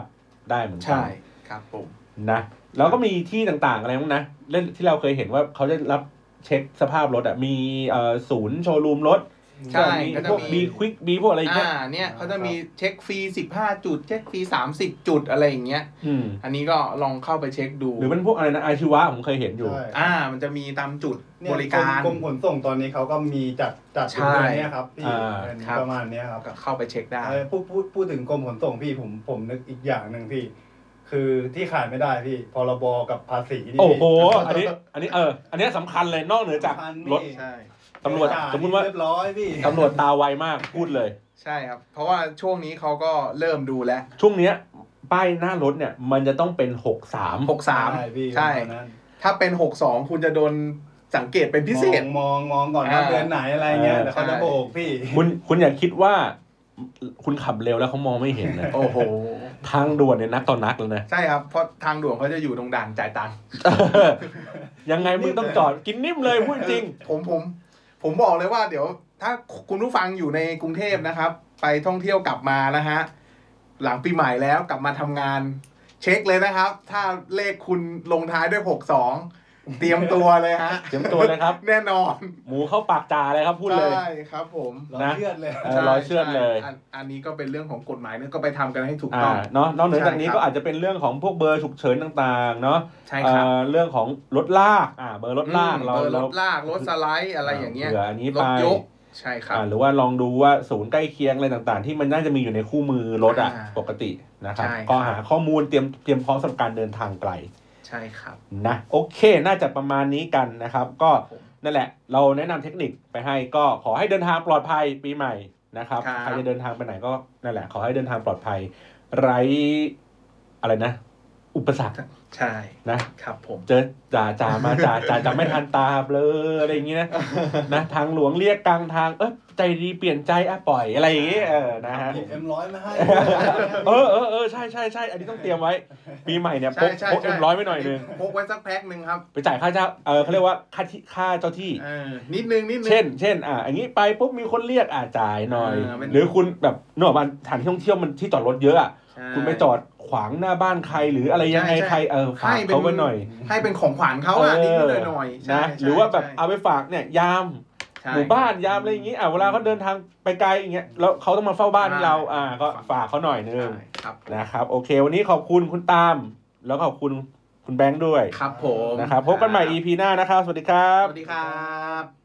Speaker 1: ได้เหมือนกั
Speaker 2: ใช่ครับผม
Speaker 1: นะ แล้วก็มีที่ต่างๆอะไรมั้งนะเล่นที่เราเคยเห็นว่าเขาจะรับเช็คสภาพรถอ่ะมีเอ่อศูนย์โชว์รูมรถ
Speaker 2: ใช่
Speaker 1: มี
Speaker 2: ก็จะ
Speaker 1: พวก
Speaker 2: มี
Speaker 1: บีควิกบีพวกอะไรอย่างเงี้ย
Speaker 2: อ่าเนี่ยเขาจะมีเช็คฟรีสิบห้าจุด เช็คฟรีสามสิบจุดอะไรอย่างเงี้ย
Speaker 1: อืม
Speaker 2: อันนี้ก็ลองเข้าไปเช็คดู
Speaker 1: หรือเป็นพวกอะไรนะอาชีวะผมเคยเห็นอยู่
Speaker 3: ใช่
Speaker 2: อ่า มันจะมีตามจุด
Speaker 3: เนี่ย
Speaker 2: บริการ
Speaker 3: กรมขนส่งตอนนี้เขาก็มีจัดจัดอยู่
Speaker 2: ใช่
Speaker 3: เรื่องเนี้ยครับพี่
Speaker 1: อ่า
Speaker 3: เรื่องนี้
Speaker 2: ครับ
Speaker 3: ประมาณเนี้ยครับ
Speaker 2: ก็เข้าไปเช็คได้
Speaker 3: เออพูดพูดพูดถึงกรมขนส่งพี่ผมผมนึกอีกอย่างหนึ่งพี่ คือที่ขาดไม่ได้พี่พรบกับภาษีนี่
Speaker 1: โอ้โห
Speaker 3: พี่
Speaker 1: อันนี้อันนี้เออ อันนี้สำคัญเลยนอกเหนือจากรถ
Speaker 2: ใช่
Speaker 1: ตำรวจ
Speaker 3: จ่ย
Speaker 1: สมมุติว่า
Speaker 3: เรียบร้อยพี่
Speaker 1: ตำรวจตาไวมากพูดเลย
Speaker 2: ใช่ครับ เพราะว่าช่วงนี้เขาก็เริ่มดูแล้ว
Speaker 1: ช่วงเนี้ยป้ายหน้ารถเนี่ย มันจะต้องเป็นหกสาม
Speaker 2: หกสาม
Speaker 3: ใช่พี่
Speaker 2: ใช่
Speaker 3: ประมาณนั้น
Speaker 2: ถ้าเป็นหกสองคุณจะโดนสังเกตเป็นพิเศษ
Speaker 3: มองมองมองก่อนว่า
Speaker 2: อ่า
Speaker 3: เดือนไหนอะไรเงี้
Speaker 1: เอ
Speaker 3: ย
Speaker 1: อ
Speaker 3: เดี๋ยวเขา
Speaker 2: ใช่
Speaker 3: จะโบกพี่
Speaker 1: คุณคุณอย่าคิดว่า คุณขับเร็วแล้วเขามองไม่เห็นนะ
Speaker 2: โอ้โห
Speaker 1: ทางด่วนเนี่ยนักต่อนักแล้วนะ
Speaker 2: ใช่ครับ เพราะทางด่วนเขาจะอยู่ตรงด่านจ่ายตังค์
Speaker 1: ยังไงมึงต้องจอดกินนิ่มเลยพูดจริง
Speaker 2: ผมผม ผมบอกเลยว่าเดี๋ยว ถ้าคุณผู้ฟังอยู่ในกรุงเทพนะครับ ไปท่องเที่ยวกลับมานะฮะ หลังปีใหม่แล้วกลับมาทำงาน เช็คเลยนะครับ ถ้าเลขคุณลงท้ายด้วยหกสองเตรียมตัวเลยฮะ
Speaker 1: เตรียมตัวเลยครับ
Speaker 2: แน่นอน
Speaker 1: หมูเข้าปากจ่าเลยครับพูดเลย
Speaker 2: ใช่ครับผม
Speaker 3: เรา
Speaker 1: นะ
Speaker 3: เชื่อดเลย
Speaker 1: เออร้อยเชือดเลย
Speaker 2: ใช่อันอันนี้ก็เป็นเรื่องของกฎหมายเนี่ยก็ไปทำกันให้ถูก
Speaker 1: อ่า
Speaker 2: ต้อง
Speaker 1: เนาะนอกเหนือจากนี้
Speaker 2: ใช่ครับ
Speaker 1: ก็อาจจะเป็นเรื่องของพวกเบอร์ฉุกเฉินต่างๆ เนาะ
Speaker 2: ใช่
Speaker 1: เอ่
Speaker 2: ครับ
Speaker 1: อเรื่องของรถลากอ่าเบอร์รถลาก
Speaker 2: อืม
Speaker 1: เรา
Speaker 2: เบอร์ร
Speaker 1: เรา
Speaker 2: ถลากรถสไลด์อะไรอย่างเงี้ย
Speaker 1: ผื่ออันนี้
Speaker 2: ร
Speaker 1: ไป
Speaker 2: ถยกใช่ครับ
Speaker 1: อ่าหรือว่าลองดูว่าศูนย์ใกล้เคียงอะไรต่างๆ ที่มันน่าจะมีอยู่ในคู่มือรถอ่ะ
Speaker 2: อ่า
Speaker 1: ปกตินะครับ
Speaker 2: ใช่ครับ
Speaker 1: ก็หาข้อมูลเตรียมเตรียมพร้อมสำหรับการเดินทางไกล
Speaker 2: ใช่ครับ
Speaker 1: นะโอเค น่าจะประมาณนี้กันนะครับ ก็
Speaker 2: ผม
Speaker 1: นั่นแหละ เราแนะนำเทคนิคไปให้ก็ขอให้เดินทางปลอดภัยปีใหม่นะครับ
Speaker 2: ครับ
Speaker 1: ใครจะเดินทางไปไหนก็นั่นแหละ ขอให้เดินทางปลอดภัย ไร้อะไรนะ อุปสรรค
Speaker 2: ใช่
Speaker 1: นะครับ
Speaker 2: ผม
Speaker 1: เจอจ่าจ่ามาจ่าจ่าจำไม่ทันตาเบลออะไรอย่างงี้นะนะทางหลวงเรียกกลางทางเออใจดีเปลี่ยนใจอ่ะปล่อยอะไรอย่างงี้เออนะฮะ
Speaker 3: หยิบเอ็มร้อยมาให้
Speaker 1: เออเออเออใช่ใช่ใช่อันนี้ต้องเตรียมไว้ ปีใหม่เนี่ยพก
Speaker 2: ใช่ใช่
Speaker 1: พก
Speaker 2: ใช่
Speaker 1: เอ็มร้อยไว้หน่อยนึง
Speaker 2: พกไว้สักแพ็คหนึ่งครับ
Speaker 1: ไปจ่ายค่าเจ้าเออเขาเรียกว่าค่าที่ค่าเจ้าที่
Speaker 2: เออนิดนึงนิดนึง
Speaker 1: เช่น เช่น อ่าอันนี้ไปปุ๊บมีคนเรียกอ่าจ่ายหน่อย
Speaker 2: อ่าเป็น
Speaker 1: หรือคุณแบบเนกอะมันสถานที่ท่องเที่ยวมันที่จอดรถเยอะอ่ะ
Speaker 2: ใช่
Speaker 1: คุณไปจอดขวางหน้าบ้านใครหรืออะไรยังไง
Speaker 2: ใช่ใช่
Speaker 1: ใครเออฝาก
Speaker 2: ให้เป็น
Speaker 1: เขาไว้หน่อย
Speaker 2: ให้เป็นของขวัญเขาอ่ะนิดนิดหน่อยๆใช่
Speaker 1: นะ
Speaker 2: ใช่
Speaker 1: หรือว่าแบบ
Speaker 2: ใช่
Speaker 1: เอาไปฝากเนี่ยยาม
Speaker 2: ใช่
Speaker 1: หมู่บ้านยามอะไรอย่างงี้อ่าเวลาเขาเดินทางไปไกลอย่างเงี้ยแล้วเขาต้องมาเฝ้าบ้านให้เรา
Speaker 2: ใช่
Speaker 1: อ่า ก็ฝากเขาหน่อยนึง
Speaker 2: ใช่ครับ
Speaker 1: นะครับ โอเค วันนี้ขอบคุณคุณตาม แล้วขอบคุณคุณแบงค์ด้วย
Speaker 2: ครับผม
Speaker 1: นะครับพบกันใหม่ EP หน้านะครับ สวัสดีครับ
Speaker 2: สวัสดีครับ